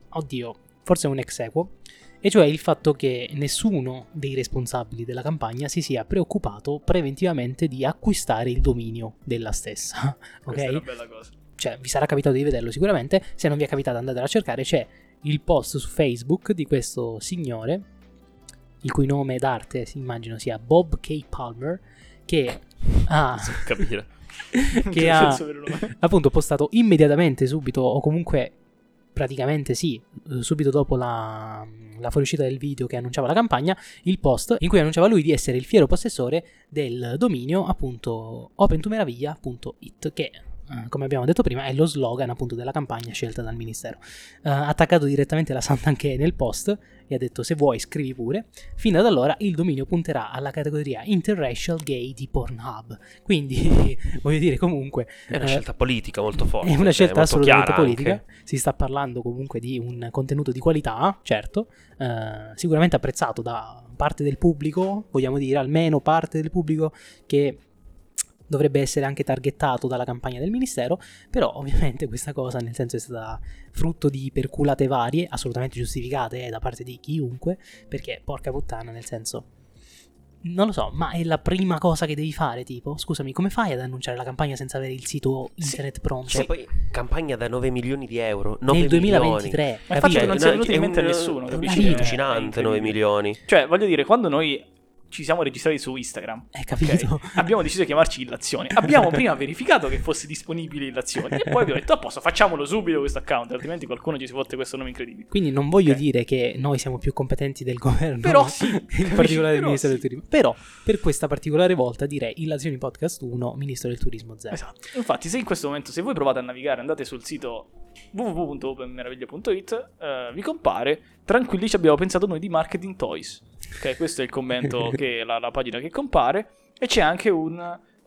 [SPEAKER 1] Oddio, forse è un ex equo. E cioè il fatto che nessuno dei responsabili della campagna si sia preoccupato preventivamente di acquistare il dominio della stessa. *laughs*
[SPEAKER 3] Questa
[SPEAKER 1] ok?
[SPEAKER 3] è una bella cosa. *laughs*
[SPEAKER 1] cioè vi sarà capitato di vederlo sicuramente, se non vi è capitato andatelo a cercare, c'è il post su Facebook di questo signore, il cui nome d'arte si- immagino sia Bob K. Palmer, che ha,
[SPEAKER 2] *laughs* Non so capire.
[SPEAKER 1] che
[SPEAKER 3] Nel
[SPEAKER 1] ha
[SPEAKER 3] senso per il-
[SPEAKER 1] *laughs* appunto postato immediatamente subito o comunque praticamente sì, eh, subito dopo la, la fuoriuscita del video che annunciava la campagna, il post in cui annunciava lui di essere il fiero possessore del dominio appunto opentumeraviglia.it che eh, come abbiamo detto prima, è lo slogan appunto della campagna scelta dal ministero. Eh, Ha attaccato direttamente la Santa anche nel post e ha detto: Se vuoi, scrivi pure. Fino ad allora il dominio punterà alla categoria interracial gay di Pornhub. Quindi, *laughs* voglio dire, comunque,
[SPEAKER 2] È una
[SPEAKER 1] Eh,
[SPEAKER 2] scelta politica molto forte.
[SPEAKER 1] è una
[SPEAKER 2] cioè,
[SPEAKER 1] scelta
[SPEAKER 2] molto
[SPEAKER 1] assolutamente
[SPEAKER 2] chiara
[SPEAKER 1] politica.
[SPEAKER 2] anche.
[SPEAKER 1] Si sta parlando comunque di un contenuto di qualità, certo, eh, sicuramente apprezzato da parte del pubblico, vogliamo dire almeno parte del pubblico che dovrebbe essere anche targettato dalla campagna del ministero, però ovviamente questa cosa nel senso è stata frutto di perculate varie, assolutamente giustificate eh, da parte di chiunque, perché porca puttana nel senso non lo so, ma è la prima cosa che devi fare, tipo, scusami, come fai ad annunciare la campagna senza avere il sito internet pronto?
[SPEAKER 2] Cioè, poi campagna da 9 milioni di euro. 9
[SPEAKER 1] nel
[SPEAKER 2] milioni. Cioè,
[SPEAKER 1] 2023.
[SPEAKER 3] Ma infatti
[SPEAKER 1] capito?
[SPEAKER 3] non si
[SPEAKER 2] no,
[SPEAKER 3] è venuto in mente a nessuno,
[SPEAKER 2] È
[SPEAKER 3] capisci?
[SPEAKER 1] È
[SPEAKER 2] allucinante 9
[SPEAKER 3] incredibile.
[SPEAKER 2] milioni.
[SPEAKER 3] Cioè, voglio dire, quando noi ci siamo registrati su Instagram,
[SPEAKER 1] Eh, capito?
[SPEAKER 3] abbiamo deciso di chiamarci Illazioni. Abbiamo
[SPEAKER 1] *laughs*
[SPEAKER 3] prima verificato che fosse disponibile Illazioni e poi abbiamo detto, a posto, facciamolo subito questo account, altrimenti qualcuno ci si fotte questo nome incredibile.
[SPEAKER 1] Quindi non voglio
[SPEAKER 3] Ok.
[SPEAKER 1] dire che noi siamo più competenti del governo. *laughs*
[SPEAKER 3] Però sì,
[SPEAKER 1] in particolare del
[SPEAKER 3] però
[SPEAKER 1] Ministero del
[SPEAKER 3] sì.
[SPEAKER 1] Turismo. Però, per questa particolare volta direi Illazioni Podcast 1, Ministro del Turismo 0.
[SPEAKER 3] Esatto. Infatti, se in questo momento, se voi provate a navigare, andate sul sito www.openmeraviglia.it, eh, vi compare, tranquilli ci abbiamo pensato noi di Marketing Toys. Ok, questo è il commento, che la, la pagina che compare, e c'è anche un,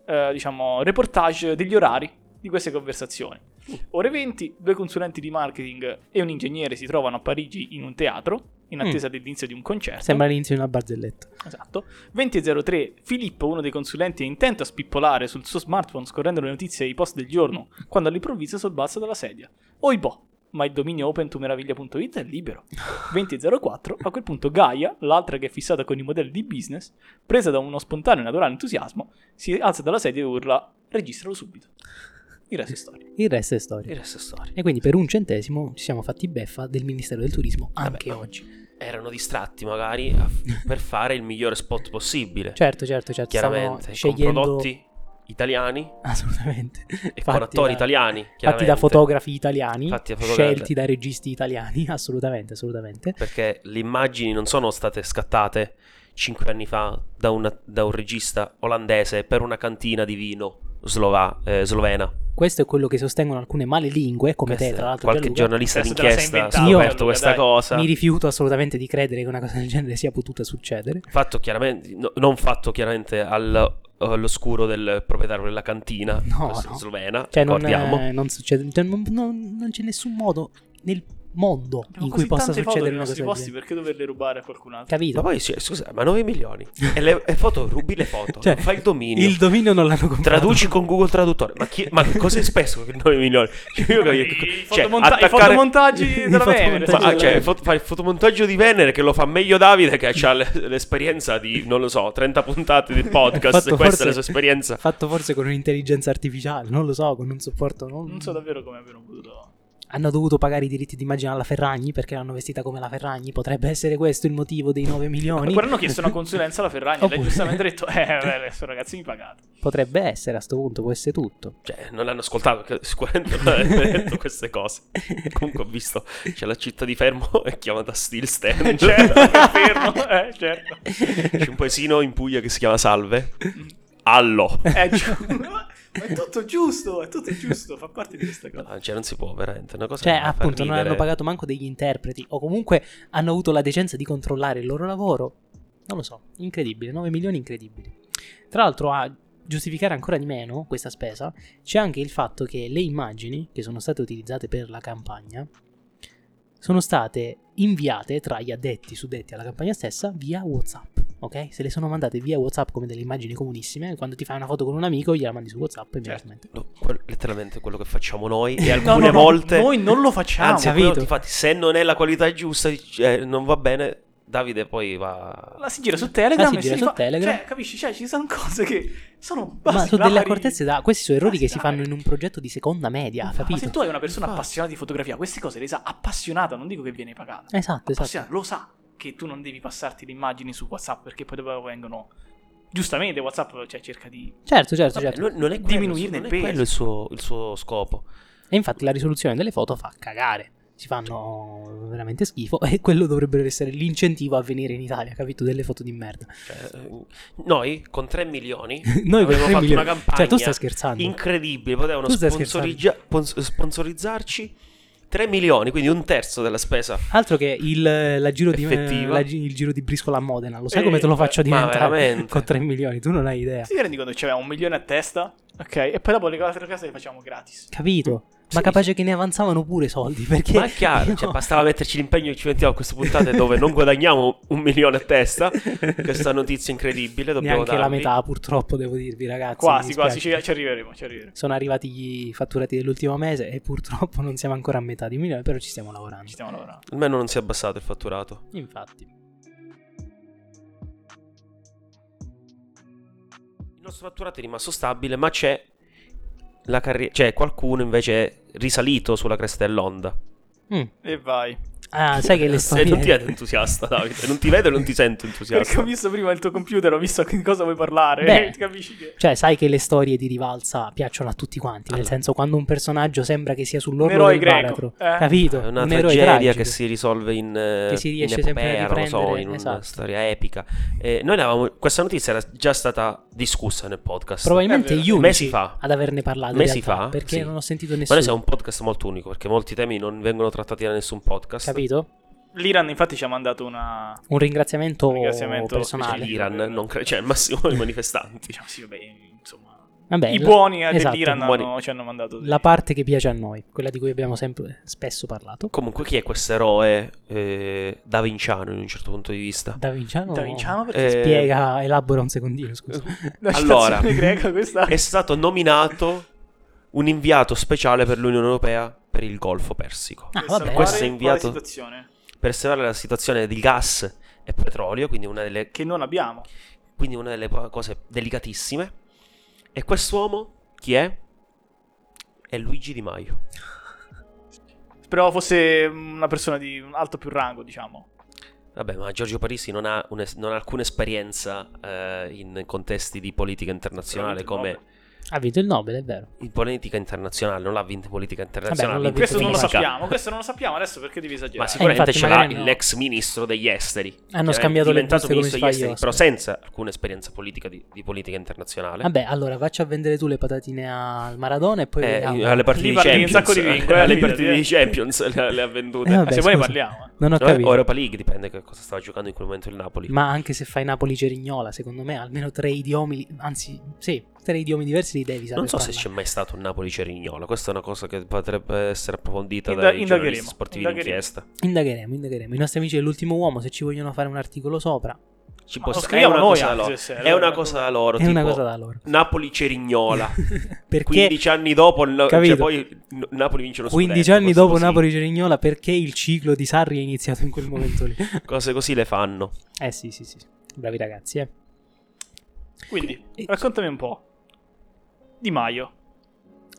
[SPEAKER 3] eh, diciamo, reportage degli orari di queste conversazioni. Ore 20, due consulenti di marketing e un ingegnere si trovano a Parigi in un teatro, in attesa dell'inizio di un concerto.
[SPEAKER 1] Sembra l'inizio di una barzelletta.
[SPEAKER 3] Esatto. 20.03 Filippo, uno dei consulenti, è intento a spippolare sul suo smartphone scorrendo le notizie e i post del giorno, quando all'improvviso sobbalza dalla sedia. Oibò, ma il dominio opentumeraviglia.it è libero. 20.04 A quel punto Gaia, l'altra che è fissata con i modelli di business, presa da uno spontaneo e naturale entusiasmo, si alza dalla sedia e urla registralo subito. Il resto è storia.
[SPEAKER 1] Il resto è storia.
[SPEAKER 2] Il resto è storia.
[SPEAKER 1] E quindi per un centesimo ci siamo fatti beffa del Ministero del Turismo anche
[SPEAKER 2] ma-
[SPEAKER 1] oggi.
[SPEAKER 2] Erano distratti magari
[SPEAKER 1] *laughs*
[SPEAKER 2] a- per fare il migliore spot possibile.
[SPEAKER 1] Certo, certo, certo. stavamo
[SPEAKER 2] chiaramente. Con
[SPEAKER 1] scegliendo
[SPEAKER 2] prodotti italiani
[SPEAKER 1] *laughs* assolutamente.
[SPEAKER 2] e con attori
[SPEAKER 1] da-
[SPEAKER 2] italiani.
[SPEAKER 1] Fatti da
[SPEAKER 2] chiaramente.
[SPEAKER 1] fotografi italiani,
[SPEAKER 2] Fatti da fotografi.
[SPEAKER 1] scelti da registi italiani, *laughs* assolutamente, assolutamente.
[SPEAKER 2] Perché le immagini non sono state scattate 5 anni fa da, una- da un regista olandese per una cantina di vino slova- eh, slovena.
[SPEAKER 1] Questo è quello che sostengono alcune malelingue, come
[SPEAKER 2] Questa-
[SPEAKER 1] te, tra l'altro,
[SPEAKER 2] qualche
[SPEAKER 1] Gianluca.
[SPEAKER 2] giornalista
[SPEAKER 3] Adesso te la sei
[SPEAKER 2] d'inchiesta ha
[SPEAKER 3] inventata,
[SPEAKER 2] scoperto
[SPEAKER 3] Gianluca,
[SPEAKER 2] questa
[SPEAKER 3] dai.
[SPEAKER 2] cosa.
[SPEAKER 1] Mi rifiuto assolutamente di credere che una cosa del genere sia potuta succedere.
[SPEAKER 2] Fatto chiaramente, no- non fatto chiaramente al- all'oscuro del proprietario della cantina
[SPEAKER 1] No,
[SPEAKER 2] questa
[SPEAKER 1] no.
[SPEAKER 2] slovena,
[SPEAKER 1] Cioè, non,
[SPEAKER 2] ricordiamo.
[SPEAKER 1] eh, non succede. cioè, non, non- non c'è nessun modo nel mondo in cui possa succedere una cosa del
[SPEAKER 3] posti,
[SPEAKER 1] genere.
[SPEAKER 3] perché doverle rubare a qualcun altro?
[SPEAKER 2] Ma
[SPEAKER 1] Capito?
[SPEAKER 2] poi, sì, scusa, ma 9 milioni. E, le, e foto, rubi le foto,
[SPEAKER 1] Cioè,
[SPEAKER 2] fai il dominio.
[SPEAKER 1] Il dominio non l'hanno comprato.
[SPEAKER 2] Traduci con Google Traduttore. Ma, chi, ma cosa è spesso che 9 milioni? Cioè, io capisco-
[SPEAKER 3] *laughs* I,
[SPEAKER 2] cioè,
[SPEAKER 3] fotomonta- i
[SPEAKER 2] attaccare- *laughs*
[SPEAKER 3] fotomontaggi
[SPEAKER 1] I
[SPEAKER 3] della Venere.
[SPEAKER 1] fotomontaggi
[SPEAKER 2] Ma,
[SPEAKER 1] della
[SPEAKER 2] ah, cioè,
[SPEAKER 1] Venere.
[SPEAKER 2] fot- fare il fotomontaggio di Venere che lo fa meglio Davide che ha l- l'esperienza di, non lo so, 30 puntate
[SPEAKER 3] *laughs*
[SPEAKER 2] di podcast.
[SPEAKER 1] Fatto
[SPEAKER 2] questa
[SPEAKER 1] forse-
[SPEAKER 2] è la sua esperienza.
[SPEAKER 1] Fatto forse con un'intelligenza artificiale, non lo so, con un supporto. non-
[SPEAKER 3] Non so davvero come abbiano potuto.
[SPEAKER 1] Hanno dovuto pagare i diritti d'immagine alla Ferragni perché l'hanno vestita come la Ferragni. Potrebbe essere questo il motivo dei 9
[SPEAKER 3] Ma
[SPEAKER 1] milioni.
[SPEAKER 3] Guarda,
[SPEAKER 1] *laughs*
[SPEAKER 3] hanno *laughs* chiesto una consulenza alla Ferragni. Lei
[SPEAKER 1] Oppure-
[SPEAKER 3] giustamente ha detto: Eh, beh, adesso ragazzi mi pagate.
[SPEAKER 1] Potrebbe essere a sto punto, può essere tutto.
[SPEAKER 2] Cioè, non l'hanno ascoltato, *laughs* perché sicuramente non hanno detto queste
[SPEAKER 3] *laughs*
[SPEAKER 2] cose. Comunque ho visto, c'è la città di Fermo *laughs* è chiamata Steel
[SPEAKER 3] *laughs*
[SPEAKER 1] *laughs*
[SPEAKER 2] Stand.
[SPEAKER 3] certo, fermo, eh, certo.
[SPEAKER 2] C'è un paesino in Puglia che si chiama Salve.
[SPEAKER 3] *laughs*
[SPEAKER 2] Allo.
[SPEAKER 3] *laughs* Eh, gi- ma è tutto giusto, è tutto giusto, fa parte di questa cosa.
[SPEAKER 2] No, cioè, non si può veramente. è Una cosa
[SPEAKER 1] Cioè,
[SPEAKER 2] che mi fa
[SPEAKER 1] appunto, non
[SPEAKER 2] ridere.
[SPEAKER 1] hanno pagato manco degli interpreti. O comunque hanno avuto la decenza di controllare il loro lavoro. Non lo so, incredibile, 9 milioni incredibili. Tra l'altro, a giustificare ancora di meno questa spesa, c'è anche il fatto che le immagini che sono state utilizzate per la campagna sono state inviate tra gli addetti suddetti alla campagna stessa via WhatsApp. Ok? Se le sono mandate via WhatsApp come delle immagini comunissime, quando ti fai una foto con un amico, gliela mandi su WhatsApp
[SPEAKER 2] Certo.
[SPEAKER 1] immediatamente.
[SPEAKER 2] No, quello- letteralmente quello che facciamo noi. E
[SPEAKER 3] Certo. *laughs* No,
[SPEAKER 2] alcune
[SPEAKER 3] no, no,
[SPEAKER 2] volte.
[SPEAKER 3] noi non lo facciamo.
[SPEAKER 2] Anzi,
[SPEAKER 1] Capito.
[SPEAKER 2] quello- infatti, se non è la qualità giusta, eh, non va bene. Davide poi va.
[SPEAKER 3] la si gira su Telegram.
[SPEAKER 1] La si
[SPEAKER 3] e
[SPEAKER 1] gira
[SPEAKER 3] si
[SPEAKER 1] su
[SPEAKER 3] fa-
[SPEAKER 1] Telegram.
[SPEAKER 3] Cioè, capisci? Cioè, ci sono cose che sono basilari.
[SPEAKER 1] Ma sono delle accortezze da. Questi sono
[SPEAKER 2] Ah,
[SPEAKER 1] errori che si
[SPEAKER 3] basilari.
[SPEAKER 1] fanno in un progetto di seconda media,
[SPEAKER 3] Ma se
[SPEAKER 1] capito?
[SPEAKER 3] tu hai una persona
[SPEAKER 1] Infatti.
[SPEAKER 3] appassionata di fotografia, queste cose le sa appassionata, non dico che viene pagata.
[SPEAKER 2] Ah,
[SPEAKER 1] Esatto, esatto.
[SPEAKER 3] Appassionata, lo sa che tu non devi passarti le immagini su WhatsApp perché poi dopo vengono. Giustamente, WhatsApp cioè, cerca di.
[SPEAKER 1] Certo, certo,
[SPEAKER 2] Vabbè,
[SPEAKER 1] certo.
[SPEAKER 2] non, non è quello,
[SPEAKER 3] Diminuirne
[SPEAKER 2] non
[SPEAKER 3] il
[SPEAKER 2] è
[SPEAKER 3] peso.
[SPEAKER 2] quello il suo, il suo scopo.
[SPEAKER 1] E infatti la risoluzione delle foto fa cagare. Si fanno veramente schifo *laughs* e quello dovrebbe essere l'incentivo a venire in Italia, capito? Delle foto di merda. *laughs*
[SPEAKER 2] Cioè, eh, noi con 3
[SPEAKER 3] *laughs*
[SPEAKER 2] milioni
[SPEAKER 1] Noi
[SPEAKER 2] abbiamo
[SPEAKER 1] per
[SPEAKER 2] fatto
[SPEAKER 1] 3 milioni.
[SPEAKER 2] una campagna
[SPEAKER 1] Cioè, tu stai scherzando.
[SPEAKER 2] incredibile. Potevano
[SPEAKER 1] Tu stai
[SPEAKER 2] sponsoriggia- pons- sponsorizzarci 3 milioni, quindi un terzo della spesa.
[SPEAKER 1] Altro che il, la giro di,
[SPEAKER 2] Effettiva.
[SPEAKER 1] la gi- il giro di briscola a Modena, lo sai
[SPEAKER 3] Eh,
[SPEAKER 1] come te lo faccio
[SPEAKER 2] ma
[SPEAKER 1] diventare *laughs*
[SPEAKER 2] veramente.
[SPEAKER 1] con 3 milioni? Tu non hai idea.
[SPEAKER 3] Ti rendi conto che c'era un milione a testa? Ok, e poi dopo le cose altre cose le facciamo gratis.
[SPEAKER 1] Capito? Ma
[SPEAKER 2] Sì.
[SPEAKER 1] capace che ne avanzavano pure soldi perché.
[SPEAKER 2] Ma è chiaro,
[SPEAKER 1] io- *laughs*
[SPEAKER 2] cioè, bastava metterci l'impegno che ci mettiamo a queste puntate dove non guadagniamo un milione a
[SPEAKER 3] *laughs*
[SPEAKER 2] testa. Questa notizia incredibile, dobbiamo
[SPEAKER 1] Neanche la
[SPEAKER 2] darvi.
[SPEAKER 1] metà, purtroppo, devo dirvi, ragazzi. mi
[SPEAKER 3] Quasi,
[SPEAKER 1] dispiace.
[SPEAKER 3] quasi, ci, ci arriveremo, ci arriveremo.
[SPEAKER 1] Sono arrivati gli fatturati dell'ultimo mese e purtroppo non siamo ancora a metà di un milione, però ci stiamo lavorando.
[SPEAKER 3] Ci stiamo lavorando.
[SPEAKER 2] Almeno non si è abbassato il fatturato.
[SPEAKER 1] Infatti.
[SPEAKER 2] Il nostro fatturato è rimasto stabile, ma c'è la carriera. Cioè, qualcuno invece è risalito sulla cresta dell'onda. Eh,
[SPEAKER 1] Mm.
[SPEAKER 3] E vai.
[SPEAKER 1] Ah, sai
[SPEAKER 3] *laughs*
[SPEAKER 1] che le
[SPEAKER 2] Se non ti
[SPEAKER 1] storie... *laughs*
[SPEAKER 2] vedo entusiasta, Davide. Non ti vedo e non ti sento
[SPEAKER 3] Perché ho
[SPEAKER 2] entusiasta.
[SPEAKER 3] visto prima il tuo computer, ho visto che cosa vuoi parlare.
[SPEAKER 1] Beh.
[SPEAKER 3] Ti *laughs* capisci che.
[SPEAKER 1] Cioè, sai che le storie di rivalsa piacciono a tutti quanti, nel
[SPEAKER 2] Allora.
[SPEAKER 1] senso quando un personaggio sembra che sia sull'orlo
[SPEAKER 3] eroe
[SPEAKER 1] del
[SPEAKER 3] greco,
[SPEAKER 1] baratro,
[SPEAKER 3] eh.
[SPEAKER 1] capito?
[SPEAKER 2] È una
[SPEAKER 1] un eroe
[SPEAKER 2] tragedia
[SPEAKER 1] tragico.
[SPEAKER 2] che si risolve in, eh,
[SPEAKER 1] Che si riesce
[SPEAKER 2] in
[SPEAKER 1] sempre a
[SPEAKER 2] epopea, non lo so,
[SPEAKER 1] riprendere,
[SPEAKER 2] in una
[SPEAKER 1] esatto.
[SPEAKER 2] storia epica. Eh, noi ne avevamo- questa notizia era già stata discussa nel podcast.
[SPEAKER 1] Probabilmente
[SPEAKER 3] È vero.
[SPEAKER 1] gli unici
[SPEAKER 2] Mesi fa.
[SPEAKER 1] ad averne parlato, in
[SPEAKER 2] Mesi
[SPEAKER 1] realtà,
[SPEAKER 2] fa,
[SPEAKER 1] perché
[SPEAKER 2] sì.
[SPEAKER 1] non ho sentito
[SPEAKER 2] Ma
[SPEAKER 1] nessuno,
[SPEAKER 2] noi siamo un podcast molto unico perché molti temi non vengono trattati da nessun podcast.
[SPEAKER 1] capito?
[SPEAKER 3] L'Iran, infatti, ci ha mandato una.
[SPEAKER 1] Un ringraziamento,
[SPEAKER 3] Un ringraziamento
[SPEAKER 2] C'è
[SPEAKER 1] personale.
[SPEAKER 3] speciale.
[SPEAKER 2] l'Iran, non cre- cioè il massimo dei manifestanti.
[SPEAKER 3] Diciamo, sì, vabbè, insomma.
[SPEAKER 1] Vabbè,
[SPEAKER 3] I
[SPEAKER 1] la-
[SPEAKER 3] buoni eh,
[SPEAKER 1] esatto,
[SPEAKER 3] dell'Iran
[SPEAKER 2] buoni.
[SPEAKER 3] hanno- ci hanno mandato. dei-
[SPEAKER 1] la parte che piace a noi, quella di cui abbiamo sempre spesso parlato.
[SPEAKER 2] Comunque, chi è questo eroe eh, da Vinciano in un certo punto di vista?
[SPEAKER 1] Da Vinciano,
[SPEAKER 3] Da Vinciano diciamo perché.
[SPEAKER 2] Eh,
[SPEAKER 1] spiega, elabora un secondino, scusa.
[SPEAKER 3] La
[SPEAKER 2] allora. eh,
[SPEAKER 3] citazione greca questa.
[SPEAKER 2] È stato nominato un inviato speciale per l'Unione Europea per il Golfo Persico.
[SPEAKER 1] Ah,
[SPEAKER 3] Questa
[SPEAKER 1] vabbè.
[SPEAKER 3] quale-
[SPEAKER 2] Questo è
[SPEAKER 3] quale
[SPEAKER 2] inviato-
[SPEAKER 3] situazione
[SPEAKER 2] Per osservare la situazione di gas e petrolio, quindi una delle
[SPEAKER 3] che non abbiamo.
[SPEAKER 2] quindi una delle po- cose delicatissime. E quest'uomo chi è? È Luigi Di Maio.
[SPEAKER 3] Speravo fosse una persona di un alto più rango, diciamo.
[SPEAKER 2] Vabbè, ma Giorgio Parisi non ha, un es- non ha alcuna esperienza eh, in contesti di politica internazionale
[SPEAKER 3] Veramente
[SPEAKER 2] come
[SPEAKER 1] Ha vinto il Nobel, è vero.
[SPEAKER 2] In politica internazionale, non l'ha vinta in politica internazionale.
[SPEAKER 1] non l'ha
[SPEAKER 2] ha vinto
[SPEAKER 3] Questo non lo
[SPEAKER 1] Infatti.
[SPEAKER 3] sappiamo, questo non lo sappiamo adesso perché devi
[SPEAKER 2] Ma
[SPEAKER 3] esagerare.
[SPEAKER 2] sicuramente
[SPEAKER 1] infatti,
[SPEAKER 2] ce l'ha
[SPEAKER 1] magari no.
[SPEAKER 2] l'ex ministro degli esteri.
[SPEAKER 1] Hanno
[SPEAKER 2] che Cioè, è
[SPEAKER 1] scambiato le
[SPEAKER 2] diventato
[SPEAKER 1] buste come
[SPEAKER 2] ministro
[SPEAKER 1] si fa
[SPEAKER 2] degli
[SPEAKER 1] agli
[SPEAKER 2] esteri, però senza alcuna esperienza politica di, di politica internazionale.
[SPEAKER 1] Vabbè, allora faccia vendere tu le patatine al Maradona e poi
[SPEAKER 2] Eh,
[SPEAKER 1] vediamo.
[SPEAKER 2] alle partite
[SPEAKER 3] Lì
[SPEAKER 2] di
[SPEAKER 3] parli di un
[SPEAKER 2] Champions,
[SPEAKER 3] sacco di vinco, eh,
[SPEAKER 2] alle
[SPEAKER 3] fidati,
[SPEAKER 2] partite
[SPEAKER 3] eh.
[SPEAKER 2] di Champions le, le ha vendute.
[SPEAKER 1] Eh,
[SPEAKER 2] Eh,
[SPEAKER 1] vabbè,
[SPEAKER 3] se vuoi ne
[SPEAKER 1] scusa.
[SPEAKER 3] parliamo.
[SPEAKER 1] Non ho capito.
[SPEAKER 2] Europa League dipende eh, che cosa stava giocando in quel momento il Napoli.
[SPEAKER 1] Ma anche se fai Napoli-Cerignola, secondo me almeno tre idiomi, anzi, sì, tre idiomi diversi li devi sapere.
[SPEAKER 2] non so se c'è
[SPEAKER 1] parlare.
[SPEAKER 2] mai stato un Napoli-Cerignola. Questa è una cosa che potrebbe essere approfondita
[SPEAKER 3] Inda-
[SPEAKER 2] dai
[SPEAKER 3] indagheremo,
[SPEAKER 2] giornalisti sportivi
[SPEAKER 3] indagheremo.
[SPEAKER 2] d'inchiesta.
[SPEAKER 1] Indagheremo, indagheremo. I nostri amici dell'ultimo uomo, se ci vogliono fare un articolo sopra,
[SPEAKER 2] Ci
[SPEAKER 3] Ma
[SPEAKER 2] può
[SPEAKER 3] lo
[SPEAKER 2] sta- è
[SPEAKER 3] scriviamo
[SPEAKER 2] una
[SPEAKER 3] noi,
[SPEAKER 2] cosa da
[SPEAKER 3] anche
[SPEAKER 2] loro.
[SPEAKER 3] se- se-
[SPEAKER 2] È una cosa da loro.
[SPEAKER 1] è una
[SPEAKER 2] tipo
[SPEAKER 1] cosa da loro.
[SPEAKER 2] Napoli-Cerignola.
[SPEAKER 1] *laughs* Perché
[SPEAKER 2] 15 anni dopo, il-
[SPEAKER 1] Capito.
[SPEAKER 2] cioè poi il Napoli vince lo
[SPEAKER 1] 15
[SPEAKER 2] scudetto,
[SPEAKER 1] anni
[SPEAKER 2] cose
[SPEAKER 1] dopo
[SPEAKER 2] così.
[SPEAKER 1] Napoli-Cerignola, perché il ciclo di Sarri è iniziato in
[SPEAKER 3] *laughs*
[SPEAKER 1] quel momento lì?
[SPEAKER 2] Cose così le fanno.
[SPEAKER 1] eh sì, sì, sì. Bravi ragazzi, eh.
[SPEAKER 3] Quindi,
[SPEAKER 1] Eh,
[SPEAKER 3] raccontami un po'. Di Maio.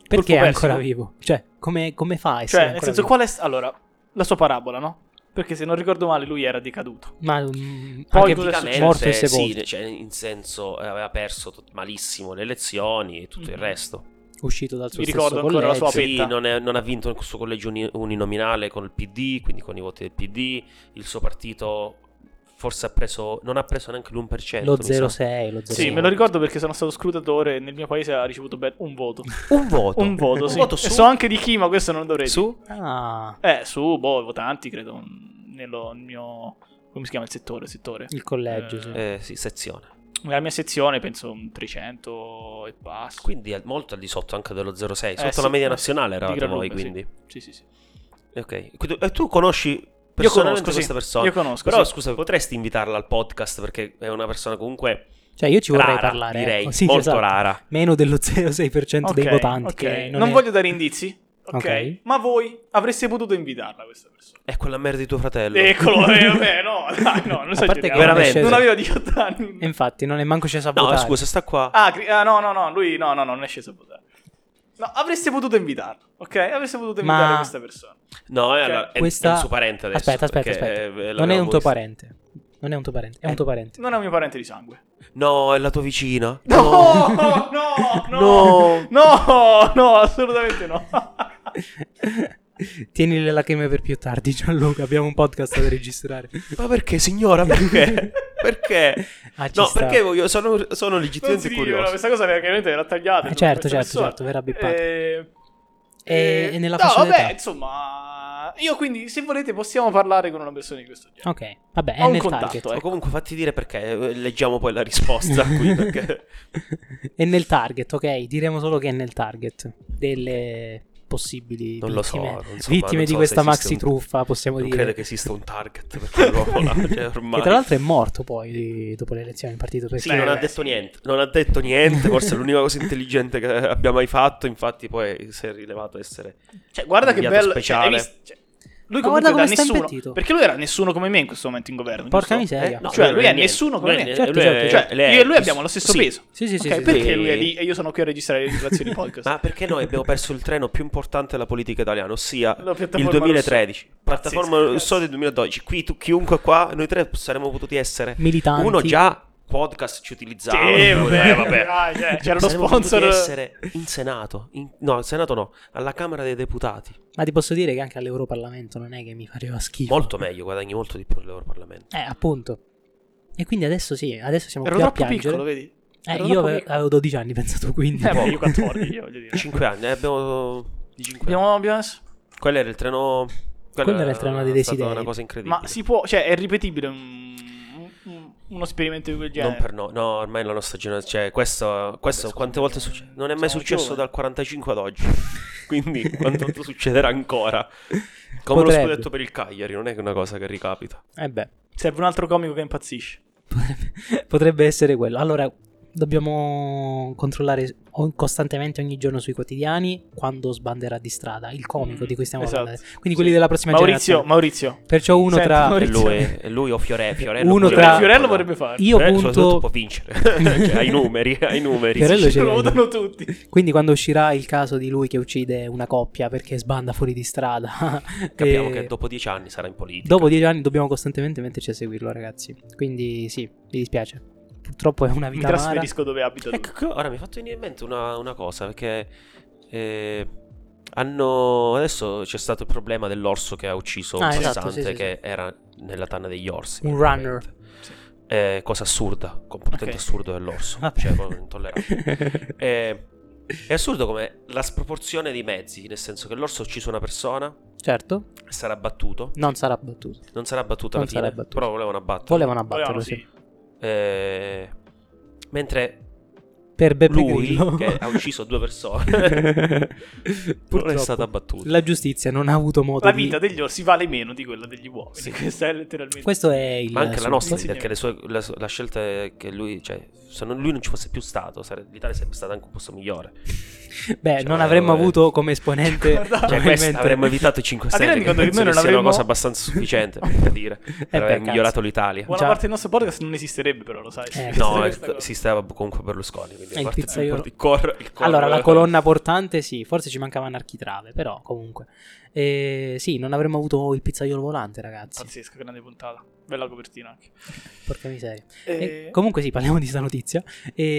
[SPEAKER 2] Eh
[SPEAKER 1] Perché è
[SPEAKER 3] perso.
[SPEAKER 1] ancora vivo? Cioè, come, come fa a essere
[SPEAKER 3] Cioè, nel
[SPEAKER 1] ancora
[SPEAKER 3] senso,
[SPEAKER 1] vivo?
[SPEAKER 3] qual è... Allora, la sua parabola, no? Perché se non ricordo male lui era decaduto.
[SPEAKER 1] Ma mm,
[SPEAKER 3] Poi
[SPEAKER 1] anche
[SPEAKER 3] cosa è successo?
[SPEAKER 1] morto e
[SPEAKER 2] Praticamente,
[SPEAKER 1] sepolto.
[SPEAKER 2] sì, cioè, in senso eh, aveva perso tut- malissimo le elezioni e tutto il
[SPEAKER 1] Mm-hmm.
[SPEAKER 3] Mhm.
[SPEAKER 2] resto.
[SPEAKER 1] uscito dal suo
[SPEAKER 3] Mi
[SPEAKER 1] stesso
[SPEAKER 3] ricordo ancora la sua
[SPEAKER 1] collegio.
[SPEAKER 3] Sì.
[SPEAKER 2] Sì, non, è- non ha vinto il suo collegio uni- uninominale con il PD, quindi con i voti del PD. Il suo partito forse ha preso, non ha preso neanche l'1%.
[SPEAKER 1] lo 06, lo 06.
[SPEAKER 3] Sì, me lo ricordo perché sono stato scrutatore e nel mio paese ha ricevuto ben un voto.
[SPEAKER 2] Un voto.
[SPEAKER 3] Un voto, *laughs* sì.
[SPEAKER 2] voto
[SPEAKER 3] E
[SPEAKER 2] su.
[SPEAKER 3] so anche di chi, ma questo non dovrei dire.
[SPEAKER 2] su?
[SPEAKER 1] Ah,
[SPEAKER 3] Eh, su, boh, i votanti, credo. Nello nel mio... Come si chiama il settore? Settore.
[SPEAKER 1] il collegio, sì.
[SPEAKER 2] Eh, sì, sezione.
[SPEAKER 3] Nella mia sezione penso un 300 e passa.
[SPEAKER 2] Quindi al- molto al di sotto anche dello 06,
[SPEAKER 3] Eh,
[SPEAKER 2] sotto
[SPEAKER 3] sì,
[SPEAKER 2] la media
[SPEAKER 3] eh,
[SPEAKER 2] nazionale
[SPEAKER 3] sì, di
[SPEAKER 2] eravate
[SPEAKER 3] gran
[SPEAKER 2] voi,
[SPEAKER 3] lunga, sì.
[SPEAKER 2] quindi.
[SPEAKER 3] Sì, sì, sì.
[SPEAKER 2] Ok. Quindi- E tu conosci
[SPEAKER 3] Io
[SPEAKER 2] personalmente
[SPEAKER 3] conosco sì.
[SPEAKER 2] questa persona?
[SPEAKER 3] Io conosco.
[SPEAKER 2] Però
[SPEAKER 3] sì.
[SPEAKER 2] scusa, potresti invitarla al podcast perché è una persona comunque
[SPEAKER 1] Cioè, io ci vorrei
[SPEAKER 2] rara,
[SPEAKER 1] parlare.
[SPEAKER 2] direi,
[SPEAKER 1] ecco. Sì,
[SPEAKER 2] molto
[SPEAKER 1] esatto.
[SPEAKER 2] rara.
[SPEAKER 1] Meno dello 0,6% dei
[SPEAKER 3] Ok,
[SPEAKER 1] votanti.
[SPEAKER 3] ok.
[SPEAKER 1] Che non
[SPEAKER 3] non
[SPEAKER 1] è-
[SPEAKER 3] voglio dare indizi. Ok.
[SPEAKER 1] Ok.
[SPEAKER 3] Ma voi avreste potuto invitarla questa persona.
[SPEAKER 2] È quella merda di tuo fratello.
[SPEAKER 1] Ecco,
[SPEAKER 3] Eccolo,
[SPEAKER 2] *laughs*
[SPEAKER 3] eh, vabbè, no, dai, no, non
[SPEAKER 1] A
[SPEAKER 3] so
[SPEAKER 1] parte che
[SPEAKER 2] Veramente.
[SPEAKER 3] Non aveva 18 anni.
[SPEAKER 1] E infatti, non è manco sceso a
[SPEAKER 2] No,
[SPEAKER 1] votare.
[SPEAKER 2] scusa, sta qua.
[SPEAKER 3] Ah, cri- ah, no, no, no, lui no, no, no, non è sceso a votare. No, avreste potuto invitarlo, ok? Avreste potuto
[SPEAKER 1] Ma-
[SPEAKER 3] invitare questa persona.
[SPEAKER 2] No, eh, allora, è,
[SPEAKER 1] Questa-
[SPEAKER 2] è il suo parente adesso.
[SPEAKER 1] Aspetta, aspetta,
[SPEAKER 2] perché,
[SPEAKER 1] aspetta.
[SPEAKER 2] eh, l'avevamo
[SPEAKER 1] non è un tuo
[SPEAKER 2] visto.
[SPEAKER 1] parente. Non è un tuo parente, è un
[SPEAKER 2] Eh.
[SPEAKER 1] tuo parente. *laughs*
[SPEAKER 3] Non è un mio parente di sangue.
[SPEAKER 2] No, è la tua vicina.
[SPEAKER 3] No, no, no,
[SPEAKER 2] No.
[SPEAKER 3] no, no, assolutamente no. *laughs*
[SPEAKER 1] Tieni le lacrime per più tardi, *laughs* Gianluca. Abbiamo un podcast da
[SPEAKER 2] *laughs*
[SPEAKER 1] registrare.
[SPEAKER 2] Ma perché, signora?
[SPEAKER 1] *laughs*
[SPEAKER 2] Perché? perché?
[SPEAKER 1] Ah, ci
[SPEAKER 2] No,
[SPEAKER 1] sta.
[SPEAKER 2] perché voglio... Sono, sono
[SPEAKER 3] Non
[SPEAKER 2] legittimamente
[SPEAKER 3] si
[SPEAKER 2] curioso.
[SPEAKER 3] diceva, questa cosa era- chiaramente era tagliata.
[SPEAKER 1] Eh,
[SPEAKER 3] insomma,
[SPEAKER 1] certo,
[SPEAKER 3] questa
[SPEAKER 1] certo,
[SPEAKER 3] persona.
[SPEAKER 1] certo, verrà bippata.
[SPEAKER 3] Eh,
[SPEAKER 1] E- e nella
[SPEAKER 3] no,
[SPEAKER 1] fascia
[SPEAKER 3] vabbè,
[SPEAKER 1] d'età?
[SPEAKER 3] insomma, io quindi se volete possiamo parlare con una persona di questo genere.
[SPEAKER 1] Ok, vabbè, è
[SPEAKER 3] Ho un
[SPEAKER 1] nel
[SPEAKER 3] contatto,
[SPEAKER 2] *laughs*
[SPEAKER 3] ecco.
[SPEAKER 1] target.
[SPEAKER 2] Ma Ecco, comunque fatti dire perché, eh, leggiamo poi la
[SPEAKER 1] *laughs*
[SPEAKER 2] risposta qui, perché...
[SPEAKER 1] è nel target, ok? Diremo solo che è nel target delle possibili
[SPEAKER 2] Non lo so,
[SPEAKER 1] vittime,
[SPEAKER 2] non so, ma
[SPEAKER 1] vittime
[SPEAKER 2] non
[SPEAKER 1] di
[SPEAKER 2] so
[SPEAKER 1] questa
[SPEAKER 2] se esiste
[SPEAKER 1] maxi
[SPEAKER 2] un-
[SPEAKER 1] truffa, possiamo
[SPEAKER 2] Non
[SPEAKER 1] dire.
[SPEAKER 2] credo che esista un target per
[SPEAKER 1] *laughs*
[SPEAKER 2] quell'uomo là, cioè, ormai...
[SPEAKER 1] Che tra l'altro è morto poi dopo le elezioni in partito
[SPEAKER 2] Sì,
[SPEAKER 1] perché
[SPEAKER 3] Beh,
[SPEAKER 2] non ha
[SPEAKER 3] beh,
[SPEAKER 2] detto
[SPEAKER 3] sì.
[SPEAKER 2] niente, non ha detto niente, forse è l'unica cosa intelligente che abbia mai fatto, infatti poi si è rilevato essere...
[SPEAKER 3] Cioè, guarda che
[SPEAKER 2] Inviato
[SPEAKER 3] bello.
[SPEAKER 2] speciale.
[SPEAKER 3] cioè, hai visto? Cioè, lui
[SPEAKER 1] Ma
[SPEAKER 3] comunque
[SPEAKER 1] guarda
[SPEAKER 3] era
[SPEAKER 1] come sta impettito.
[SPEAKER 3] nessuno. Perché lui era nessuno come me in questo momento in governo.
[SPEAKER 1] Porca
[SPEAKER 3] giusto?
[SPEAKER 1] miseria.
[SPEAKER 3] no. Cioè, lui è nessuno
[SPEAKER 2] eh,
[SPEAKER 3] come
[SPEAKER 2] lui è-
[SPEAKER 3] me.
[SPEAKER 1] Certo,
[SPEAKER 2] lui è-
[SPEAKER 1] certo.
[SPEAKER 3] Cioè,
[SPEAKER 2] Eh, lei è-
[SPEAKER 3] io e lui abbiamo lo stesso
[SPEAKER 2] Sì.
[SPEAKER 3] peso.
[SPEAKER 1] Sì, sì, sì,
[SPEAKER 3] Ok,
[SPEAKER 1] sì,
[SPEAKER 3] perché
[SPEAKER 2] sì.
[SPEAKER 3] lui è lì e io sono qui a registrare le situazioni
[SPEAKER 2] *laughs*
[SPEAKER 3] podcast?
[SPEAKER 2] Ma perché noi abbiamo perso il treno più importante della politica italiana, ossia
[SPEAKER 3] La piattaforma
[SPEAKER 2] il 2013, piattaforma
[SPEAKER 3] Pazzesco.
[SPEAKER 2] Russo del 2012. Qui tu, chiunque qua, noi tre saremmo potuti essere
[SPEAKER 1] militanti.
[SPEAKER 2] uno già podcast ci utilizzava.
[SPEAKER 3] Sì, vabbè,
[SPEAKER 2] eh, *laughs*
[SPEAKER 3] dai, cioè, c'era lo
[SPEAKER 2] Saremmo potuti
[SPEAKER 3] sponsor.
[SPEAKER 2] essere in Senato, in- no, al Senato no, alla Camera dei Deputati.
[SPEAKER 1] Ma ti posso dire che anche all'Europarlamento non è che mi faceva schifo.
[SPEAKER 2] Molto meglio, guadagni molto di più all'Europarlamento.
[SPEAKER 1] Eh, appunto. E quindi adesso sì, adesso siamo
[SPEAKER 3] Ero
[SPEAKER 1] qui a
[SPEAKER 3] troppo
[SPEAKER 1] piangere.
[SPEAKER 3] piccolo, vedi?
[SPEAKER 1] Eh,
[SPEAKER 3] ero
[SPEAKER 1] io
[SPEAKER 3] troppo
[SPEAKER 1] ave-
[SPEAKER 3] piccolo.
[SPEAKER 1] avevo 12 anni, *laughs* pensavo quindi.
[SPEAKER 3] Eh, beh,
[SPEAKER 1] *laughs*
[SPEAKER 3] io 14, io voglio dire.
[SPEAKER 2] 5 anni, eh, abbiamo di 5 anni.
[SPEAKER 3] Abbiamo, abbiamo...
[SPEAKER 2] Quello era il treno
[SPEAKER 1] Quello era il treno dei
[SPEAKER 2] è stata
[SPEAKER 1] desideri.
[SPEAKER 2] una cosa incredibile.
[SPEAKER 3] Ma si può, cioè, è ripetibile un- un- uno esperimento di quel genere.
[SPEAKER 2] Non per noi, no, ormai la nostra generazione. Cioè, questo, questo
[SPEAKER 3] Scusa,
[SPEAKER 2] quante volte succede? Non è mai
[SPEAKER 3] siamo
[SPEAKER 2] successo
[SPEAKER 3] giovani.
[SPEAKER 2] dal 45 ad oggi. *laughs* Quindi, quanto
[SPEAKER 1] *laughs*
[SPEAKER 2] succederà ancora? Come
[SPEAKER 1] Potrebbe.
[SPEAKER 2] lo scudetto per il Cagliari, non è che è una cosa che ricapita.
[SPEAKER 1] Eh beh,
[SPEAKER 3] Serve un altro comico che impazzisce.
[SPEAKER 1] potrebbe, *laughs* potrebbe essere quello. Allora, dobbiamo controllare on- costantemente ogni giorno sui quotidiani quando sbanderà di strada il comico di cui stiamo
[SPEAKER 3] Esatto.
[SPEAKER 1] parlando. Quindi quelli della prossima
[SPEAKER 3] Maurizio,
[SPEAKER 1] generazione.
[SPEAKER 3] Maurizio.
[SPEAKER 1] Perciò uno
[SPEAKER 3] Senti,
[SPEAKER 1] tra...
[SPEAKER 3] Maurizio.
[SPEAKER 2] E lui, e lui o Fiore, Fiorello.
[SPEAKER 1] Uno
[SPEAKER 2] pure
[SPEAKER 1] tra-
[SPEAKER 2] lui.
[SPEAKER 3] Fiorello vorrebbe farlo.
[SPEAKER 1] Io
[SPEAKER 2] Fiorello Eh, soprattutto
[SPEAKER 1] punto...
[SPEAKER 2] può vincere. *laughs* cioè, ai numeri, ai numeri.
[SPEAKER 1] Fiorello ce
[SPEAKER 3] *laughs* Lo
[SPEAKER 1] l'hai.
[SPEAKER 3] votano tutti.
[SPEAKER 1] *laughs* Quindi quando uscirà il caso di lui che uccide una coppia perché sbanda fuori di strada,
[SPEAKER 2] Capiamo
[SPEAKER 1] eh,
[SPEAKER 2] che dopo dieci anni sarà in politica.
[SPEAKER 1] dopo dieci anni dobbiamo costantemente metterci a seguirlo, ragazzi. Quindi sì, mi dispiace. purtroppo è una
[SPEAKER 3] Mi
[SPEAKER 1] vita amara.
[SPEAKER 3] trasferisco dove abito.
[SPEAKER 2] Ecco, che- ora mi è fatto venire in mente una, una cosa perché eh, hanno adesso c'è stato il problema dell'orso che ha ucciso
[SPEAKER 1] Ah,
[SPEAKER 2] un
[SPEAKER 1] esatto,
[SPEAKER 2] passante
[SPEAKER 1] sì, sì,
[SPEAKER 2] che era nella tanna degli orsi.
[SPEAKER 1] Un
[SPEAKER 2] praticamente.
[SPEAKER 3] Sì.
[SPEAKER 2] Eh, cosa assurda, comportamento
[SPEAKER 3] Ok.
[SPEAKER 2] assurdo dell'orso,
[SPEAKER 1] Vabbè.
[SPEAKER 2] cioè proprio intollerabile.
[SPEAKER 1] *laughs*
[SPEAKER 2] Eh, è assurdo come la sproporzione dei mezzi, nel senso che l'orso ha ucciso una persona,
[SPEAKER 1] certo,
[SPEAKER 2] sarà battuto,
[SPEAKER 1] non sarà battuto.
[SPEAKER 2] non sarà battuto alla
[SPEAKER 1] Non sarà
[SPEAKER 2] fine,
[SPEAKER 1] battuto.
[SPEAKER 2] però volevano abbattere.
[SPEAKER 1] Volevano
[SPEAKER 3] Volevano,
[SPEAKER 1] abbatterlo, sì.
[SPEAKER 3] sì.
[SPEAKER 2] Eh, mentre
[SPEAKER 1] Per Beppe
[SPEAKER 2] lui
[SPEAKER 1] Grillo. *laughs*
[SPEAKER 2] che ha ucciso due persone *laughs* non è
[SPEAKER 1] Purtroppo,
[SPEAKER 2] stato abbattuto.
[SPEAKER 1] La giustizia non ha avuto modo
[SPEAKER 3] La
[SPEAKER 1] di...
[SPEAKER 3] vita degli orsi vale meno di quella degli uomini.
[SPEAKER 2] Sì.
[SPEAKER 3] Questa è letteralmente.
[SPEAKER 1] Questo è il...
[SPEAKER 2] Ma anche la nostra,
[SPEAKER 3] sì, sì.
[SPEAKER 2] perché le sue- la, la scelta è che lui, cioè, se non, lui non ci fosse più stato, sare- l'Italia sarebbe stata anche un posto migliore.
[SPEAKER 1] Beh,
[SPEAKER 2] Cioè,
[SPEAKER 1] non avremmo
[SPEAKER 2] vabbè.
[SPEAKER 1] avuto come
[SPEAKER 2] *laughs*
[SPEAKER 1] esponente...
[SPEAKER 3] Guarda. Cioè,
[SPEAKER 2] Cioè,
[SPEAKER 1] probabilmente-
[SPEAKER 2] questa avremmo evitato i 5
[SPEAKER 3] Ma ti
[SPEAKER 2] Stelle,
[SPEAKER 3] rendi
[SPEAKER 2] che
[SPEAKER 3] conto che
[SPEAKER 2] penso
[SPEAKER 3] noi
[SPEAKER 2] che sia
[SPEAKER 3] non
[SPEAKER 2] una
[SPEAKER 3] avremmo-
[SPEAKER 2] cosa abbastanza sufficiente
[SPEAKER 1] *laughs*
[SPEAKER 2] per dire,
[SPEAKER 1] Eh,
[SPEAKER 2] per aver
[SPEAKER 1] cazzo.
[SPEAKER 2] migliorato l'Italia.
[SPEAKER 3] Buona
[SPEAKER 1] Già.
[SPEAKER 3] parte del nostro podcast non esisterebbe, però, lo sai.
[SPEAKER 1] Eh,
[SPEAKER 2] No,
[SPEAKER 1] Questa
[SPEAKER 2] eh, esisteva comunque Berlusconi, quindi
[SPEAKER 1] Eh,
[SPEAKER 2] a
[SPEAKER 1] il
[SPEAKER 2] parte-
[SPEAKER 1] pizzaiolo.
[SPEAKER 2] il cor- il cor- *laughs*
[SPEAKER 1] Allora, la colonna portante, sì, forse ci mancava Anarchitrave, però comunque. Eh, sì, non avremmo avuto il pizzaiolo volante, ragazzi.
[SPEAKER 3] Pazzesca, grande puntata. Bella copertina anche.
[SPEAKER 1] Porca miseria.
[SPEAKER 3] Eh,
[SPEAKER 1] E comunque sì, parliamo di questa notizia.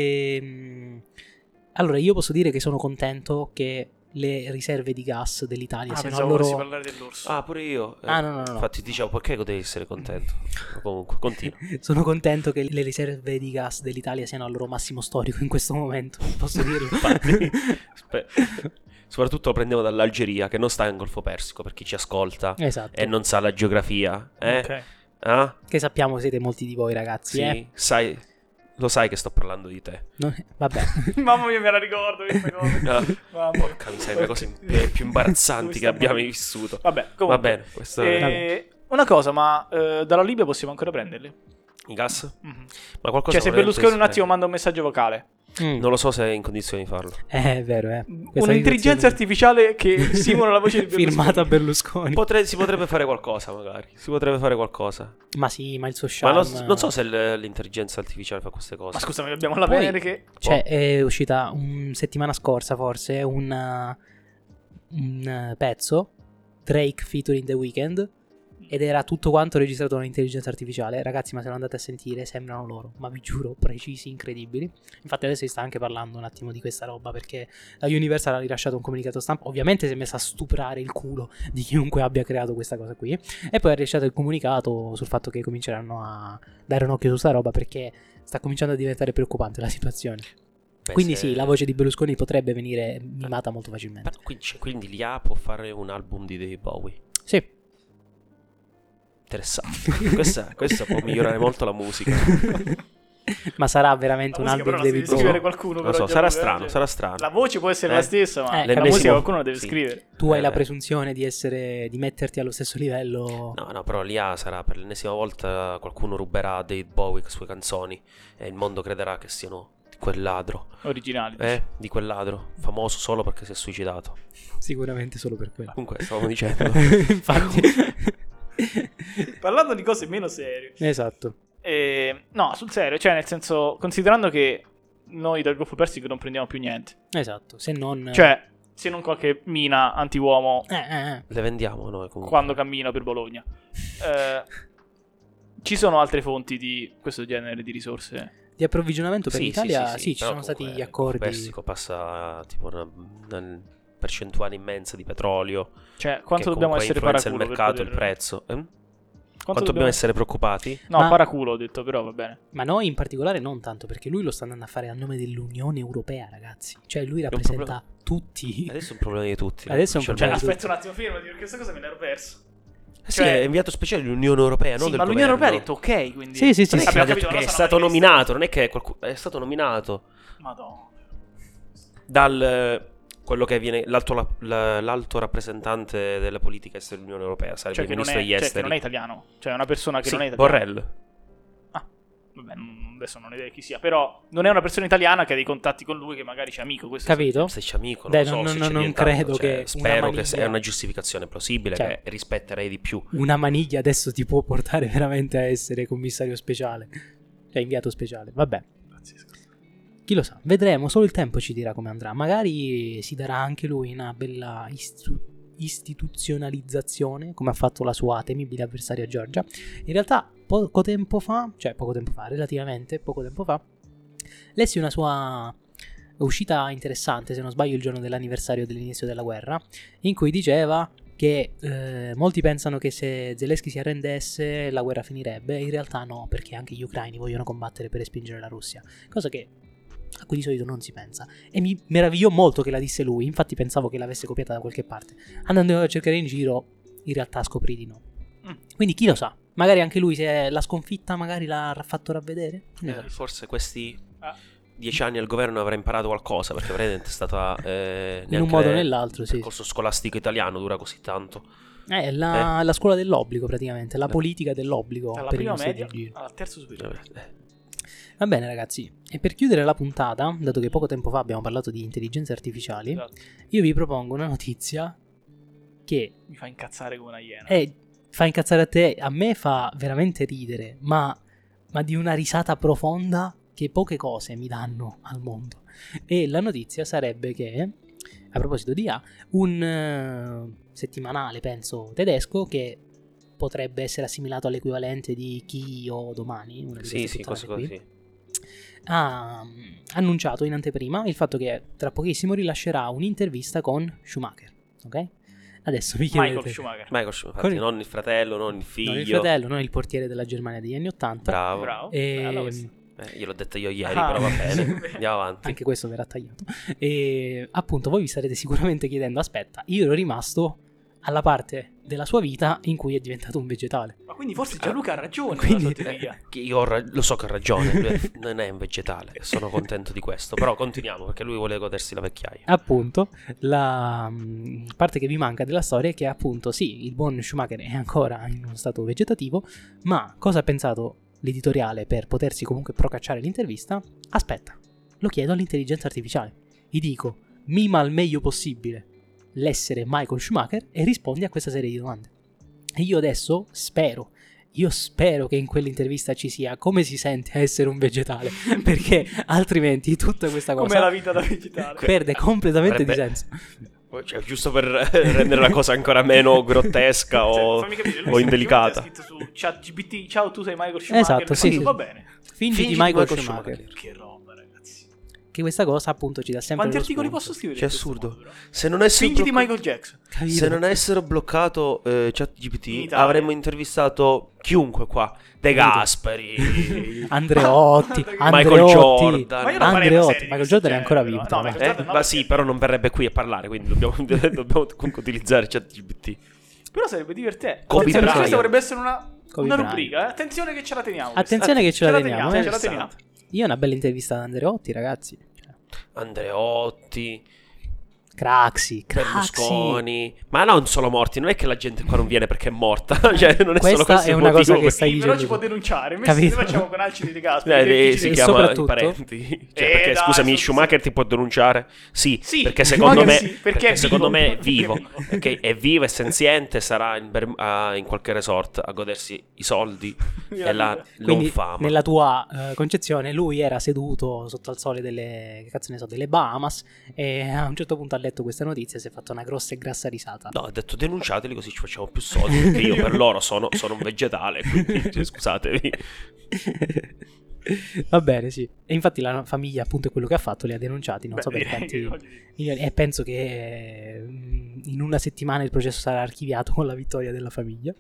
[SPEAKER 1] Ehm, allora, io posso dire che sono contento che le riserve di gas dell'Italia
[SPEAKER 3] ah,
[SPEAKER 1] siano al
[SPEAKER 3] pensavo
[SPEAKER 1] loro...
[SPEAKER 3] volessi parlare dell'orso.
[SPEAKER 2] Ah, pure io. Eh,
[SPEAKER 1] Ah, no, no, no, no.
[SPEAKER 2] Infatti dicevo, perché devi essere *laughs* contento? Comunque, continua.
[SPEAKER 1] *laughs* Sono contento che le riserve di gas dell'Italia siano al loro massimo storico in questo momento, *laughs* posso dirlo.
[SPEAKER 2] Infatti, spe- *laughs* soprattutto lo prendiamo dall'Algeria, che non sta in Golfo Persico, per chi ci ascolta
[SPEAKER 1] *laughs* esatto.
[SPEAKER 2] e non sa la geografia. Eh?
[SPEAKER 3] Ok.
[SPEAKER 2] Ah?
[SPEAKER 1] Che sappiamo siete molti di voi, ragazzi.
[SPEAKER 2] Sì,
[SPEAKER 1] eh.
[SPEAKER 2] sai, lo sai che sto parlando di *laughs* te.
[SPEAKER 1] Non- Vabbè.
[SPEAKER 3] *laughs* Mamma mia, me la
[SPEAKER 2] *laughs*
[SPEAKER 3] ricordo questa cosa.
[SPEAKER 2] Ah,
[SPEAKER 3] Mamma mia.
[SPEAKER 2] porca miseria, le cose im- più imbarazzanti
[SPEAKER 3] Dove
[SPEAKER 2] che abbiamo
[SPEAKER 3] stiamo?
[SPEAKER 2] vissuto.
[SPEAKER 3] Vabbè, comunque.
[SPEAKER 2] Va bene, questo è-
[SPEAKER 3] Eh, una cosa, ma eh, dalla Libia possiamo ancora prenderli?
[SPEAKER 2] I gas?
[SPEAKER 3] Mhm.
[SPEAKER 2] Ma qualcosa
[SPEAKER 3] Cioè, se
[SPEAKER 2] volevate
[SPEAKER 3] Berlusconi un
[SPEAKER 2] sapere?
[SPEAKER 3] attimo manda un messaggio vocale.
[SPEAKER 1] Mm.
[SPEAKER 2] Non lo so se è in condizione di *laughs* farlo.
[SPEAKER 1] Eh, è vero, eh. Questa
[SPEAKER 3] Un'intelligenza
[SPEAKER 1] situazione- *laughs*
[SPEAKER 3] artificiale che simula la voce di Berlusconi.
[SPEAKER 1] firmata Berlusconi.
[SPEAKER 2] Potre- si potrebbe fare qualcosa, magari. Si potrebbe fare qualcosa.
[SPEAKER 1] Ma sì, ma il suo
[SPEAKER 2] Ma
[SPEAKER 1] charme.
[SPEAKER 2] non, non so se l- l'intelligenza artificiale fa queste cose.
[SPEAKER 3] Ma scusami, abbiamo la
[SPEAKER 1] Poi-
[SPEAKER 3] Venere che...
[SPEAKER 1] Cioè, è uscita un settimana scorsa, forse, un, uh, un, uh, pezzo, Drake featuring The Weeknd, ed era tutto quanto registrato da un'intelligenza artificiale. Ragazzi, ma se lo andate a sentire, sembrano loro, ma vi giuro, precisi, incredibili. Infatti adesso si sta anche parlando un attimo di questa roba, perché la Universal ha rilasciato un comunicato stampa, ovviamente si è messa a stuprare il culo di chiunque abbia creato questa cosa qui, e poi ha rilasciato il comunicato sul fatto che cominceranno a dare un occhio su sta roba, perché sta cominciando a diventare preoccupante la situazione.
[SPEAKER 2] Beh,
[SPEAKER 1] Quindi
[SPEAKER 2] se-
[SPEAKER 1] sì, la voce di Berlusconi potrebbe venire mimata molto facilmente.
[SPEAKER 2] Però qui c'è- Quindi l'IA può fare un album di David Bowie.
[SPEAKER 1] Sì.
[SPEAKER 3] *laughs*
[SPEAKER 2] Interessante. *laughs* questa, questa può migliorare molto la musica.
[SPEAKER 1] *laughs* Ma sarà veramente
[SPEAKER 3] La
[SPEAKER 1] un
[SPEAKER 3] musica
[SPEAKER 1] album di
[SPEAKER 3] però la deve
[SPEAKER 1] David Bowie.
[SPEAKER 3] scrivere qualcuno.
[SPEAKER 2] Non lo so,
[SPEAKER 3] però, già
[SPEAKER 2] sarà
[SPEAKER 3] proprio,
[SPEAKER 2] strano,
[SPEAKER 3] cioè,
[SPEAKER 2] sarà strano.
[SPEAKER 3] La voce può essere
[SPEAKER 2] Eh.
[SPEAKER 3] la stessa, ma
[SPEAKER 1] Eh,
[SPEAKER 3] la
[SPEAKER 1] l'ennesimo-
[SPEAKER 3] musica qualcuno la deve
[SPEAKER 2] Sì.
[SPEAKER 3] scrivere.
[SPEAKER 1] Tu hai la
[SPEAKER 2] Eh.
[SPEAKER 1] presunzione di essere di metterti allo stesso livello.
[SPEAKER 2] No, no, però l'IA sarà per l'ennesima volta qualcuno ruberà a David Bowie le sue canzoni e il mondo crederà che siano di quel ladro,
[SPEAKER 3] Originali.
[SPEAKER 2] eh? Di quel ladro, famoso solo perché si è suicidato.
[SPEAKER 1] Sicuramente solo per quello.
[SPEAKER 2] Comunque, stavamo dicendo.
[SPEAKER 1] *laughs* Infatti.
[SPEAKER 3] Parlando di cose meno serie.
[SPEAKER 1] esatto.
[SPEAKER 3] Eh, no, sul serio, cioè nel senso, considerando che noi dal Golfo Persico non prendiamo più niente.
[SPEAKER 1] Esatto, se non
[SPEAKER 3] Cioè, se non qualche mina anti-uomo
[SPEAKER 1] eh, eh, eh.
[SPEAKER 2] Le vendiamo noi comunque.
[SPEAKER 3] quando cammino per Bologna. Eh, ci sono altre fonti di questo genere di risorse.
[SPEAKER 1] di approvvigionamento per
[SPEAKER 2] Sì,
[SPEAKER 1] l'Italia
[SPEAKER 2] sì, sì,
[SPEAKER 1] sì,
[SPEAKER 2] sì,
[SPEAKER 1] ci
[SPEAKER 2] però
[SPEAKER 1] sono stati
[SPEAKER 2] comunque
[SPEAKER 1] gli accordi.
[SPEAKER 2] Il Messico passa tipo una, una percentuale immensa di petrolio.
[SPEAKER 3] Cioè, quanto
[SPEAKER 2] che
[SPEAKER 3] dobbiamo
[SPEAKER 2] comunque
[SPEAKER 3] essere
[SPEAKER 2] influenza
[SPEAKER 3] paraculo?
[SPEAKER 2] il mercato,
[SPEAKER 3] per
[SPEAKER 2] il
[SPEAKER 3] poter-
[SPEAKER 2] prezzo. Eh? Quanto,
[SPEAKER 3] Quanto,
[SPEAKER 2] dobbiamo
[SPEAKER 3] dobbiamo
[SPEAKER 2] essere preoccupati?
[SPEAKER 3] No,
[SPEAKER 1] Ma-
[SPEAKER 3] paraculo ho detto, però va bene.
[SPEAKER 1] Ma noi in particolare non tanto, perché lui lo sta andando a fare a nome dell'Unione Europea, ragazzi. Cioè lui
[SPEAKER 2] un Eh,
[SPEAKER 1] rappresenta tutti.
[SPEAKER 2] Adesso è un problema di tutti.
[SPEAKER 1] Adesso è un
[SPEAKER 2] Cioè,
[SPEAKER 3] Cioè,
[SPEAKER 1] problema di
[SPEAKER 2] adesso-
[SPEAKER 3] aspetta un attimo, fermati, perché questa cosa me l'ero perso.
[SPEAKER 2] Eh sì,
[SPEAKER 3] cioè-
[SPEAKER 2] è inviato speciale dell'Unione Europea, Eh, non
[SPEAKER 3] Sì,
[SPEAKER 2] del
[SPEAKER 3] ma l'Unione Europea ha
[SPEAKER 2] governo.
[SPEAKER 3] detto ok, quindi...
[SPEAKER 1] Sì, sì, sì, sì.
[SPEAKER 3] Non è che
[SPEAKER 2] Sì, ha
[SPEAKER 3] abbiamo
[SPEAKER 2] detto
[SPEAKER 3] capito,
[SPEAKER 2] che
[SPEAKER 3] la
[SPEAKER 2] è
[SPEAKER 3] nostra
[SPEAKER 2] stato
[SPEAKER 3] novella
[SPEAKER 2] nominato, non è che qualcuno è stato nominato
[SPEAKER 3] esiste. Madonna.
[SPEAKER 2] dal eh, quello che viene l'alto, la- la- l'alto rappresentante della politica estera dell'Unione Europea, sarebbe
[SPEAKER 3] Cioè
[SPEAKER 2] il
[SPEAKER 3] che, non è,
[SPEAKER 2] ministro degli
[SPEAKER 3] cioè, che
[SPEAKER 2] esteri.
[SPEAKER 3] non è italiano. Cioè, è una persona che
[SPEAKER 2] Sì,
[SPEAKER 3] non è italiana.
[SPEAKER 2] Borrell.
[SPEAKER 3] Vabbè, non- adesso non ho idea chi sia, però non è una persona italiana che ha dei contatti con lui, che magari c'è amico. Questo
[SPEAKER 1] Capito?
[SPEAKER 2] Se c'è amico, non
[SPEAKER 1] Beh,
[SPEAKER 2] lo so
[SPEAKER 1] non-
[SPEAKER 2] se
[SPEAKER 1] non-
[SPEAKER 2] c'è
[SPEAKER 1] non
[SPEAKER 2] diventato,
[SPEAKER 1] credo
[SPEAKER 2] cioè,
[SPEAKER 1] che
[SPEAKER 2] spero
[SPEAKER 1] una
[SPEAKER 2] che sia- è
[SPEAKER 1] maniglia-
[SPEAKER 2] una giustificazione plausibile
[SPEAKER 1] Cioè-
[SPEAKER 2] che rispetterei di più.
[SPEAKER 1] una maniglia adesso ti può portare *laughs* veramente a essere commissario speciale. Cioè, inviato speciale. Vabbè,
[SPEAKER 3] è pazzesco.
[SPEAKER 1] chi lo sa. Vedremo, solo il tempo ci dirà come andrà. Magari si darà anche lui una bella istru- istituzionalizzazione, come ha fatto la sua temibile avversaria Giorgia, in realtà poco tempo fa, cioè poco tempo fa, relativamente poco tempo fa, lessi una sua uscita interessante, se non sbaglio il giorno dell'anniversario dell'inizio della guerra, in cui diceva che eh, molti pensano che se Zelensky si arrendesse la guerra finirebbe, in realtà no, perché anche gli ucraini vogliono combattere per respingere la Russia, cosa che a cui di solito non si pensa. E mi meravigliò molto che la disse lui, infatti pensavo che l'avesse copiata da qualche parte. Andando a cercare in giro, in realtà scoprì di no.
[SPEAKER 3] Mm.
[SPEAKER 1] Quindi chi lo sa, magari anche lui se la sconfitta magari l'ha fatto ravvedere. Non lo
[SPEAKER 2] Eh, forse questi
[SPEAKER 3] Ah.
[SPEAKER 2] dieci anni al governo avrà imparato qualcosa perché veramente è stata eh,
[SPEAKER 1] In un
[SPEAKER 2] neanche
[SPEAKER 1] modo o nell'altro,
[SPEAKER 2] il
[SPEAKER 1] sì.
[SPEAKER 2] percorso scolastico italiano dura così tanto
[SPEAKER 1] È Eh, la, la scuola dell'obbligo praticamente, la politica dell'obbligo
[SPEAKER 3] Dalla
[SPEAKER 1] per il
[SPEAKER 3] Eh. prima
[SPEAKER 1] nostro
[SPEAKER 3] media
[SPEAKER 1] GG.
[SPEAKER 3] alla terza superiore.
[SPEAKER 2] Eh,
[SPEAKER 1] Va bene ragazzi, e per chiudere la puntata, dato che poco tempo fa abbiamo parlato di intelligenze artificiali,
[SPEAKER 3] Esatto.
[SPEAKER 1] io vi propongo una notizia che
[SPEAKER 3] Mi fa incazzare come una iena.
[SPEAKER 1] eh, fa incazzare a te, a me fa veramente ridere, ma, ma di una risata profonda che poche cose mi danno al mondo. E la notizia sarebbe che, a proposito di A, un eh, settimanale, penso, tedesco che potrebbe essere assimilato all'equivalente di chi o domani, una di
[SPEAKER 2] sì
[SPEAKER 1] queste
[SPEAKER 2] sì
[SPEAKER 1] puntate qui,
[SPEAKER 2] cose così
[SPEAKER 1] ha mm, annunciato in anteprima il fatto che tra pochissimo rilascerà un'intervista con Schumacher, ok? Adesso mi chiedete
[SPEAKER 3] Michael Schumacher.
[SPEAKER 2] Michael Schumacher,
[SPEAKER 1] Con il-
[SPEAKER 2] non il fratello non il figlio
[SPEAKER 1] non il fratello, non il portiere della Germania degli anni 80.
[SPEAKER 2] bravo,
[SPEAKER 3] Bravo.
[SPEAKER 1] E- mm,
[SPEAKER 3] Bella questa.
[SPEAKER 1] Ehm,
[SPEAKER 2] Eh, gliel'ho detto io ieri
[SPEAKER 3] Ah.
[SPEAKER 2] però va
[SPEAKER 1] *laughs*
[SPEAKER 2] bene andiamo avanti
[SPEAKER 1] Anche questo verrà tagliato. E appunto voi vi starete sicuramente chiedendo, aspetta, io ero rimasto alla parte della sua vita in cui è diventato un vegetale.
[SPEAKER 3] Ma quindi forse Gianluca ha ragione.
[SPEAKER 1] ah, Quindi-
[SPEAKER 3] nella sua
[SPEAKER 2] *laughs*
[SPEAKER 3] teoria.
[SPEAKER 2] Che Io ho ra- lo so che ha ragione, lui è- non è un vegetale, e sono contento di questo. Però continuiamo perché lui vuole godersi la vecchiaia.
[SPEAKER 1] Appunto, la mm, parte che vi manca della storia è che appunto sì, il buon Schumacher è ancora in uno stato vegetativo, ma cosa ha pensato l'editoriale per potersi comunque procacciare l'intervista? Aspetta, lo chiedo all'intelligenza artificiale. Gli dico, mima al meglio possibile l'essere Michael Schumacher e rispondi a questa serie di domande. E io adesso spero, io spero che in quell'intervista ci sia come si sente a essere un vegetale, *laughs* perché altrimenti tutta questa cosa
[SPEAKER 3] Com'è la vita da vegetale?
[SPEAKER 1] perde completamente di
[SPEAKER 2] Sarebbe-
[SPEAKER 1] senso.
[SPEAKER 2] Cioè, giusto per *laughs* eh, rendere la cosa ancora meno grottesca o,
[SPEAKER 3] Cioè, fammi capire, lui
[SPEAKER 2] o
[SPEAKER 3] su-
[SPEAKER 2] Oh, indelicata.
[SPEAKER 3] Ha scritto su ChatGPT, ciao tu sei Michael Schumacher.
[SPEAKER 1] Esatto, sì,
[SPEAKER 3] Sì,
[SPEAKER 1] sì.
[SPEAKER 3] va bene.
[SPEAKER 1] Fingi,
[SPEAKER 2] Figli
[SPEAKER 1] di Michael,
[SPEAKER 2] Michael
[SPEAKER 1] Schumacher.
[SPEAKER 2] Schumacher.
[SPEAKER 3] Che roba, ragazzi.
[SPEAKER 1] Che questa cosa appunto ci dà sempre
[SPEAKER 3] Quanti
[SPEAKER 1] lo
[SPEAKER 3] articoli
[SPEAKER 1] spunto.
[SPEAKER 3] posso scrivere?
[SPEAKER 2] Cioè,
[SPEAKER 3] in questo
[SPEAKER 2] assurdo.
[SPEAKER 3] modo, però?
[SPEAKER 2] Se non essero,
[SPEAKER 3] Figli di
[SPEAKER 2] blocca-
[SPEAKER 3] Michael Jackson.
[SPEAKER 1] Capito?
[SPEAKER 2] se non essero bloccato eh,
[SPEAKER 3] In
[SPEAKER 2] ChatGPT,
[SPEAKER 3] Italia.
[SPEAKER 2] avremmo intervistato chiunque qua.
[SPEAKER 1] *laughs*
[SPEAKER 2] De Gasperi, Eh?
[SPEAKER 1] Andreotti,
[SPEAKER 3] Ah, Michael
[SPEAKER 1] Andreotti,
[SPEAKER 2] Jordan.
[SPEAKER 3] Ma io non farei una
[SPEAKER 1] Andreotti,
[SPEAKER 3] serie di
[SPEAKER 1] Michael
[SPEAKER 3] questo
[SPEAKER 1] Jordan è ancora
[SPEAKER 3] genere,
[SPEAKER 1] vivo.
[SPEAKER 3] Esatto, no,
[SPEAKER 1] tra
[SPEAKER 3] Michael
[SPEAKER 1] l'altro.
[SPEAKER 2] eh, ma sì, però non verrebbe qui a parlare, quindi dobbiamo, *laughs* dobbiamo comunque utilizzare ChatGPT.
[SPEAKER 3] Però sarebbe divertente.
[SPEAKER 2] Kobe
[SPEAKER 3] Attenzione,
[SPEAKER 2] Bryant.
[SPEAKER 3] Questa dovrebbe essere una,
[SPEAKER 1] Kobe
[SPEAKER 3] una
[SPEAKER 1] Bryant.
[SPEAKER 3] rubrica. eh. Attenzione che ce la teniamo. questa.
[SPEAKER 1] Attenzione che ce la teniamo, eh. Esatto.
[SPEAKER 3] Ce la teniamo.
[SPEAKER 2] interessante.
[SPEAKER 1] Io una bella intervista ad Andreotti, ragazzi. Cioè,
[SPEAKER 2] Andreotti,
[SPEAKER 1] Craxi, Craxi.
[SPEAKER 2] Berlusconi. Ma non solo morti, non è che la gente qua non viene perché è morta. *laughs* cioè, non è
[SPEAKER 1] Questa
[SPEAKER 2] solo
[SPEAKER 1] è
[SPEAKER 2] questo il
[SPEAKER 1] una
[SPEAKER 2] motivo
[SPEAKER 1] cosa che
[SPEAKER 2] per-
[SPEAKER 1] stai
[SPEAKER 3] Sì, però
[SPEAKER 1] dicendo.
[SPEAKER 3] ci può denunciare. Invece
[SPEAKER 1] Capito?
[SPEAKER 3] noi facciamo con Alcide
[SPEAKER 1] *laughs*
[SPEAKER 3] De
[SPEAKER 2] Eh,
[SPEAKER 3] Gasperi.
[SPEAKER 2] eh,
[SPEAKER 3] Sì,
[SPEAKER 2] si
[SPEAKER 1] E
[SPEAKER 2] chiama i
[SPEAKER 1] soprattutto-
[SPEAKER 2] parenti. Cioè,
[SPEAKER 3] Eh,
[SPEAKER 2] perché
[SPEAKER 3] dai,
[SPEAKER 2] scusami,
[SPEAKER 3] so-
[SPEAKER 2] Schumacher ti può denunciare? Sì,
[SPEAKER 3] Sì,
[SPEAKER 2] perché secondo me,
[SPEAKER 3] Schumacher sì, perché è
[SPEAKER 2] secondo
[SPEAKER 3] vivo.
[SPEAKER 2] me è vivo.
[SPEAKER 3] *laughs* Perché è vivo.
[SPEAKER 2] ok? È vivo e senziente, sarà in, Berm- ah, in qualche resort a godersi i soldi e la
[SPEAKER 1] Quindi,
[SPEAKER 2] l'infama.
[SPEAKER 1] nella tua eh, concezione, lui era seduto sotto al sole delle, che cazzo ne so, delle Bahamas e a un certo punto ha letto questa notizia e si è fatta una grossa e grassa risata.
[SPEAKER 2] No, ha detto denunciateli così ci facciamo più soldi. Perché io
[SPEAKER 1] *laughs*
[SPEAKER 2] per loro sono, sono un vegetale,
[SPEAKER 3] *laughs*
[SPEAKER 2] quindi cioè, scusatevi.
[SPEAKER 1] Va bene, sì. E infatti la famiglia, appunto, è quello che ha fatto, li ha denunciati, non
[SPEAKER 3] Beh,
[SPEAKER 1] so per
[SPEAKER 3] direi *laughs*
[SPEAKER 1] quanti
[SPEAKER 3] che voglio dire.
[SPEAKER 1] milioni. E penso che mm, in una settimana il processo sarà archiviato con la vittoria della famiglia.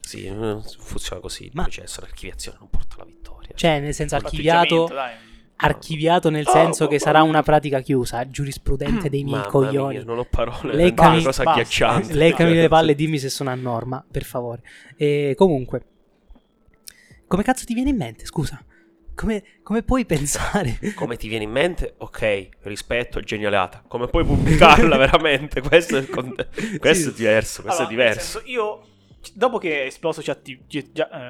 [SPEAKER 2] Sì, eh, funziona così. Il
[SPEAKER 1] Ma-
[SPEAKER 2] processo, l'archiviazione non porta alla vittoria.
[SPEAKER 1] Cioè, nel senso
[SPEAKER 3] Patteggiamento,
[SPEAKER 1] archiviato,
[SPEAKER 3] dai.
[SPEAKER 1] archiviato nel
[SPEAKER 3] Oh,
[SPEAKER 1] senso che
[SPEAKER 3] mamma
[SPEAKER 1] sarà
[SPEAKER 3] mia.
[SPEAKER 1] una pratica chiusa, giurisprudenza dei miei
[SPEAKER 2] Mamma mia,
[SPEAKER 1] coglioni.
[SPEAKER 2] non ho parole.
[SPEAKER 1] Leccami-
[SPEAKER 2] è una cosa
[SPEAKER 3] basta,
[SPEAKER 1] *laughs*
[SPEAKER 2] agghiacciante.
[SPEAKER 1] Leccami le
[SPEAKER 2] Cioè,
[SPEAKER 1] palle e dimmi se sono a norma, per favore. E comunque, come cazzo ti viene in mente, scusa? Come, come puoi *laughs* pensare?
[SPEAKER 2] Come ti viene in mente? Ok, rispetto, genialata. Come puoi
[SPEAKER 3] *laughs*
[SPEAKER 2] pubblicarla veramente? Questo è, il con- questo è diverso, questo
[SPEAKER 3] Allora,
[SPEAKER 2] è
[SPEAKER 3] nel
[SPEAKER 2] diverso.
[SPEAKER 3] senso, io, dopo che è esploso eh,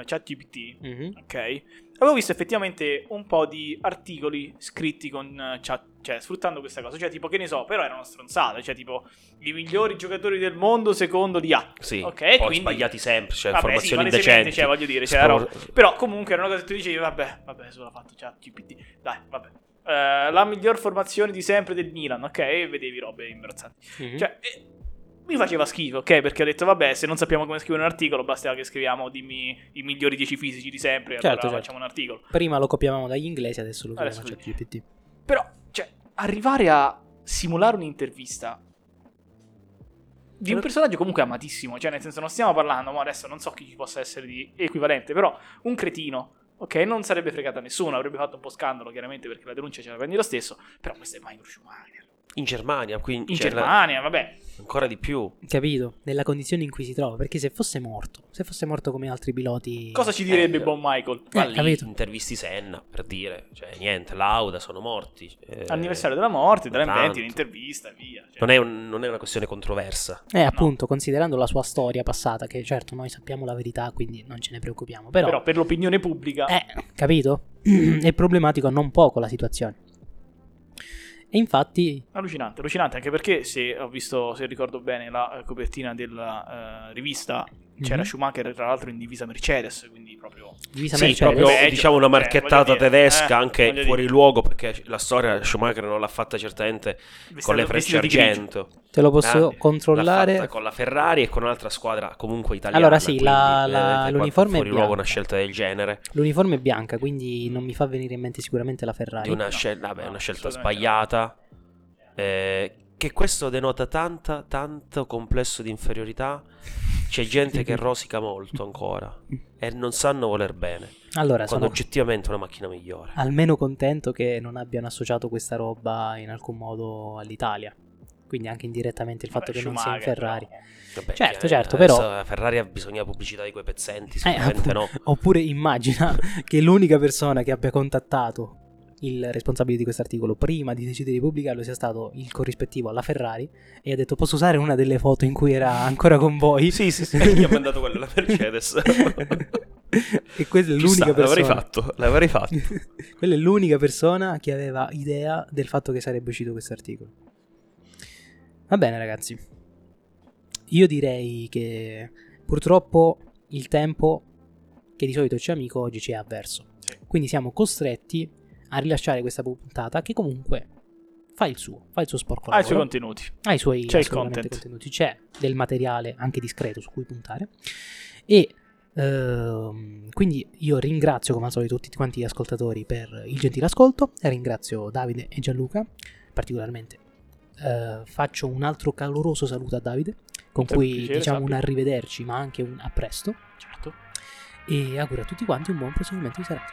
[SPEAKER 3] ChatGPT, ok, avevo visto effettivamente un po' di articoli scritti con eh, chat, cioè sfruttando questa cosa. Cioè, tipo, che ne so, però erano stronzate. Cioè, tipo, i migliori giocatori del mondo secondo l'IA.
[SPEAKER 2] Sì,
[SPEAKER 3] ok,
[SPEAKER 2] poi
[SPEAKER 3] quindi-
[SPEAKER 2] sbagliati sempre, cioè
[SPEAKER 3] Vabbè, sì,
[SPEAKER 2] informazioni
[SPEAKER 3] palesemente,
[SPEAKER 2] indecenti.
[SPEAKER 3] Cioè, voglio dire, cioè,
[SPEAKER 2] Spor-
[SPEAKER 3] roba- Però comunque era una cosa che tu dicevi, vabbè, vabbè, solo ha fatto già GPT. Dai, vabbè. mhm.
[SPEAKER 2] Mm.
[SPEAKER 1] certo,
[SPEAKER 3] Eh, la miglior formazione di sempre del Milan, ok? E vedevi robe imbarazzanti. Cioè, eh, mi faceva schifo, ok? Perché ho detto, vabbè, se non sappiamo come scrivere un articolo, basta che scriviamo, dimmi, i migliori 10 fisici di sempre,
[SPEAKER 1] Certo,
[SPEAKER 3] allora
[SPEAKER 1] certo.
[SPEAKER 3] facciamo un articolo.
[SPEAKER 1] Prima lo copiavamo dagli inglesi, adesso lo
[SPEAKER 3] Adesso
[SPEAKER 1] copiamo a ChatGPT.
[SPEAKER 3] Però, cioè, arrivare a simulare un'intervista di un personaggio comunque amatissimo, cioè nel senso non stiamo parlando, ma adesso non so chi ci possa essere di equivalente, però un cretino, ok, non sarebbe fregata nessuno, avrebbe fatto un po' scandalo chiaramente perché la denuncia ce la prendi lo stesso, però questo è Michael Schumacher.
[SPEAKER 2] In Germania, quindi
[SPEAKER 3] In
[SPEAKER 2] cioè, la-
[SPEAKER 3] Germania, vabbè,
[SPEAKER 2] ancora di più.
[SPEAKER 1] Capito? Nella condizione in cui si trova. Perché se fosse morto, se fosse morto come altri piloti...
[SPEAKER 3] cosa ci direbbe
[SPEAKER 2] Eh,
[SPEAKER 3] buon Michael?
[SPEAKER 2] Ma
[SPEAKER 1] Eh,
[SPEAKER 2] lì
[SPEAKER 1] capito.
[SPEAKER 2] intervisti Senna per dire, cioè niente, Lauda sono morti. eh,
[SPEAKER 3] Anniversario della morte,
[SPEAKER 2] ma
[SPEAKER 3] Drive
[SPEAKER 2] tanto.
[SPEAKER 3] Bentley, un'intervista, via. cioè.
[SPEAKER 2] Non è, un- non è una questione controversa.
[SPEAKER 1] Eh, appunto, considerando la sua storia passata, che certo noi sappiamo la verità, quindi non ce ne preoccupiamo. Però,
[SPEAKER 3] però, per l'opinione pubblica,
[SPEAKER 1] eh, capito? *clears throat* è problematico non poco la situazione. E infatti,
[SPEAKER 3] Allucinante, allucinante, anche perché se ho visto, se ricordo bene, la eh, copertina della eh, rivista c'era
[SPEAKER 1] Mhm.
[SPEAKER 3] Schumacher, tra l'altro, in divisa Mercedes, quindi proprio
[SPEAKER 1] divisa
[SPEAKER 2] Sì,
[SPEAKER 1] Mercedes-
[SPEAKER 2] proprio
[SPEAKER 3] Beh,
[SPEAKER 2] diciamo una
[SPEAKER 3] eh,
[SPEAKER 2] marchettata
[SPEAKER 3] voglio dire,
[SPEAKER 2] tedesca
[SPEAKER 3] eh,
[SPEAKER 2] anche
[SPEAKER 3] voglio
[SPEAKER 2] fuori
[SPEAKER 3] dire.
[SPEAKER 2] luogo perché la storia Schumacher non l'ha fatta certamente con le frecce
[SPEAKER 3] vestito di grigio.
[SPEAKER 2] argento.
[SPEAKER 1] te lo posso
[SPEAKER 2] Grande. L'ha
[SPEAKER 1] controllare.
[SPEAKER 2] fatta con la Ferrari e con un'altra squadra comunque italiana.
[SPEAKER 1] Allora, sì, la-
[SPEAKER 2] quindi,
[SPEAKER 1] la-
[SPEAKER 2] vedete quanto
[SPEAKER 1] l'uniforme è
[SPEAKER 2] fuori luogo una
[SPEAKER 1] bianca.
[SPEAKER 2] scelta del genere,
[SPEAKER 1] L'uniforme è bianca, quindi non mi fa venire in mente sicuramente la Ferrari.
[SPEAKER 2] di una,
[SPEAKER 3] no,
[SPEAKER 2] scel- vabbè,
[SPEAKER 3] no,
[SPEAKER 2] una scelta
[SPEAKER 3] assolutamente
[SPEAKER 2] sbagliata. eh, che questo denota tanta, tanto complesso di inferiorità. C'è gente che rosica molto ancora e non sanno voler bene.
[SPEAKER 1] Allora, sono
[SPEAKER 2] quando oggettivamente è una macchina migliore.
[SPEAKER 1] almeno contento che non abbiano associato questa roba in alcun modo all'Italia. Quindi anche indirettamente il fatto
[SPEAKER 3] Vabbè,
[SPEAKER 1] che non sia in
[SPEAKER 3] Schumacher,
[SPEAKER 1] Ferrari.
[SPEAKER 3] però.
[SPEAKER 2] Vabbè,
[SPEAKER 1] Certo,
[SPEAKER 2] chiaramente,
[SPEAKER 1] certo,
[SPEAKER 2] adesso
[SPEAKER 1] però-
[SPEAKER 2] la Ferrari ha bisogno della pubblicità di quei pezzenti,
[SPEAKER 1] Eh,
[SPEAKER 2] sicuramente no. *laughs*
[SPEAKER 1] Oppure immagina *laughs* che l'unica persona che abbia contattato il responsabile di quest'articolo prima di decidere di pubblicarlo sia stato il corrispettivo alla Ferrari e ha detto posso usare una delle foto in cui era ancora con voi?
[SPEAKER 2] Sì, sì, sì. Gli ha mandato quella
[SPEAKER 1] *laughs*
[SPEAKER 2] alla Mercedes.
[SPEAKER 1] e quella è
[SPEAKER 2] Ci sta,
[SPEAKER 1] l'unica
[SPEAKER 2] L'avrei
[SPEAKER 1] persona.
[SPEAKER 2] fatto, l'avrei fatto.
[SPEAKER 1] *laughs* quella è l'unica persona che aveva idea del fatto che sarebbe uscito questo articolo. Va bene, ragazzi. Io direi che purtroppo il tempo che di solito c'è amico oggi ci è avverso. Quindi siamo costretti a rilasciare questa puntata che comunque fa il suo, fa il suo sporco
[SPEAKER 3] ha Ah, i suoi
[SPEAKER 1] lavoro.
[SPEAKER 3] contenuti.
[SPEAKER 1] Ha i suoi
[SPEAKER 3] C'è il
[SPEAKER 1] sicuramente
[SPEAKER 3] content.
[SPEAKER 1] contenuti, c'è del materiale anche discreto su cui puntare. E ehm, quindi io ringrazio come al solito tutti quanti gli ascoltatori per il gentile ascolto. Ringrazio Davide e Gianluca, particolarmente. Eh, faccio un altro caloroso saluto a Davide, con
[SPEAKER 3] Sempre
[SPEAKER 1] cui
[SPEAKER 3] un piacere,
[SPEAKER 1] diciamo un
[SPEAKER 3] sappi.
[SPEAKER 1] arrivederci, ma anche un a presto.
[SPEAKER 3] Certo.
[SPEAKER 1] E auguro a tutti quanti un buon proseguimento di serata.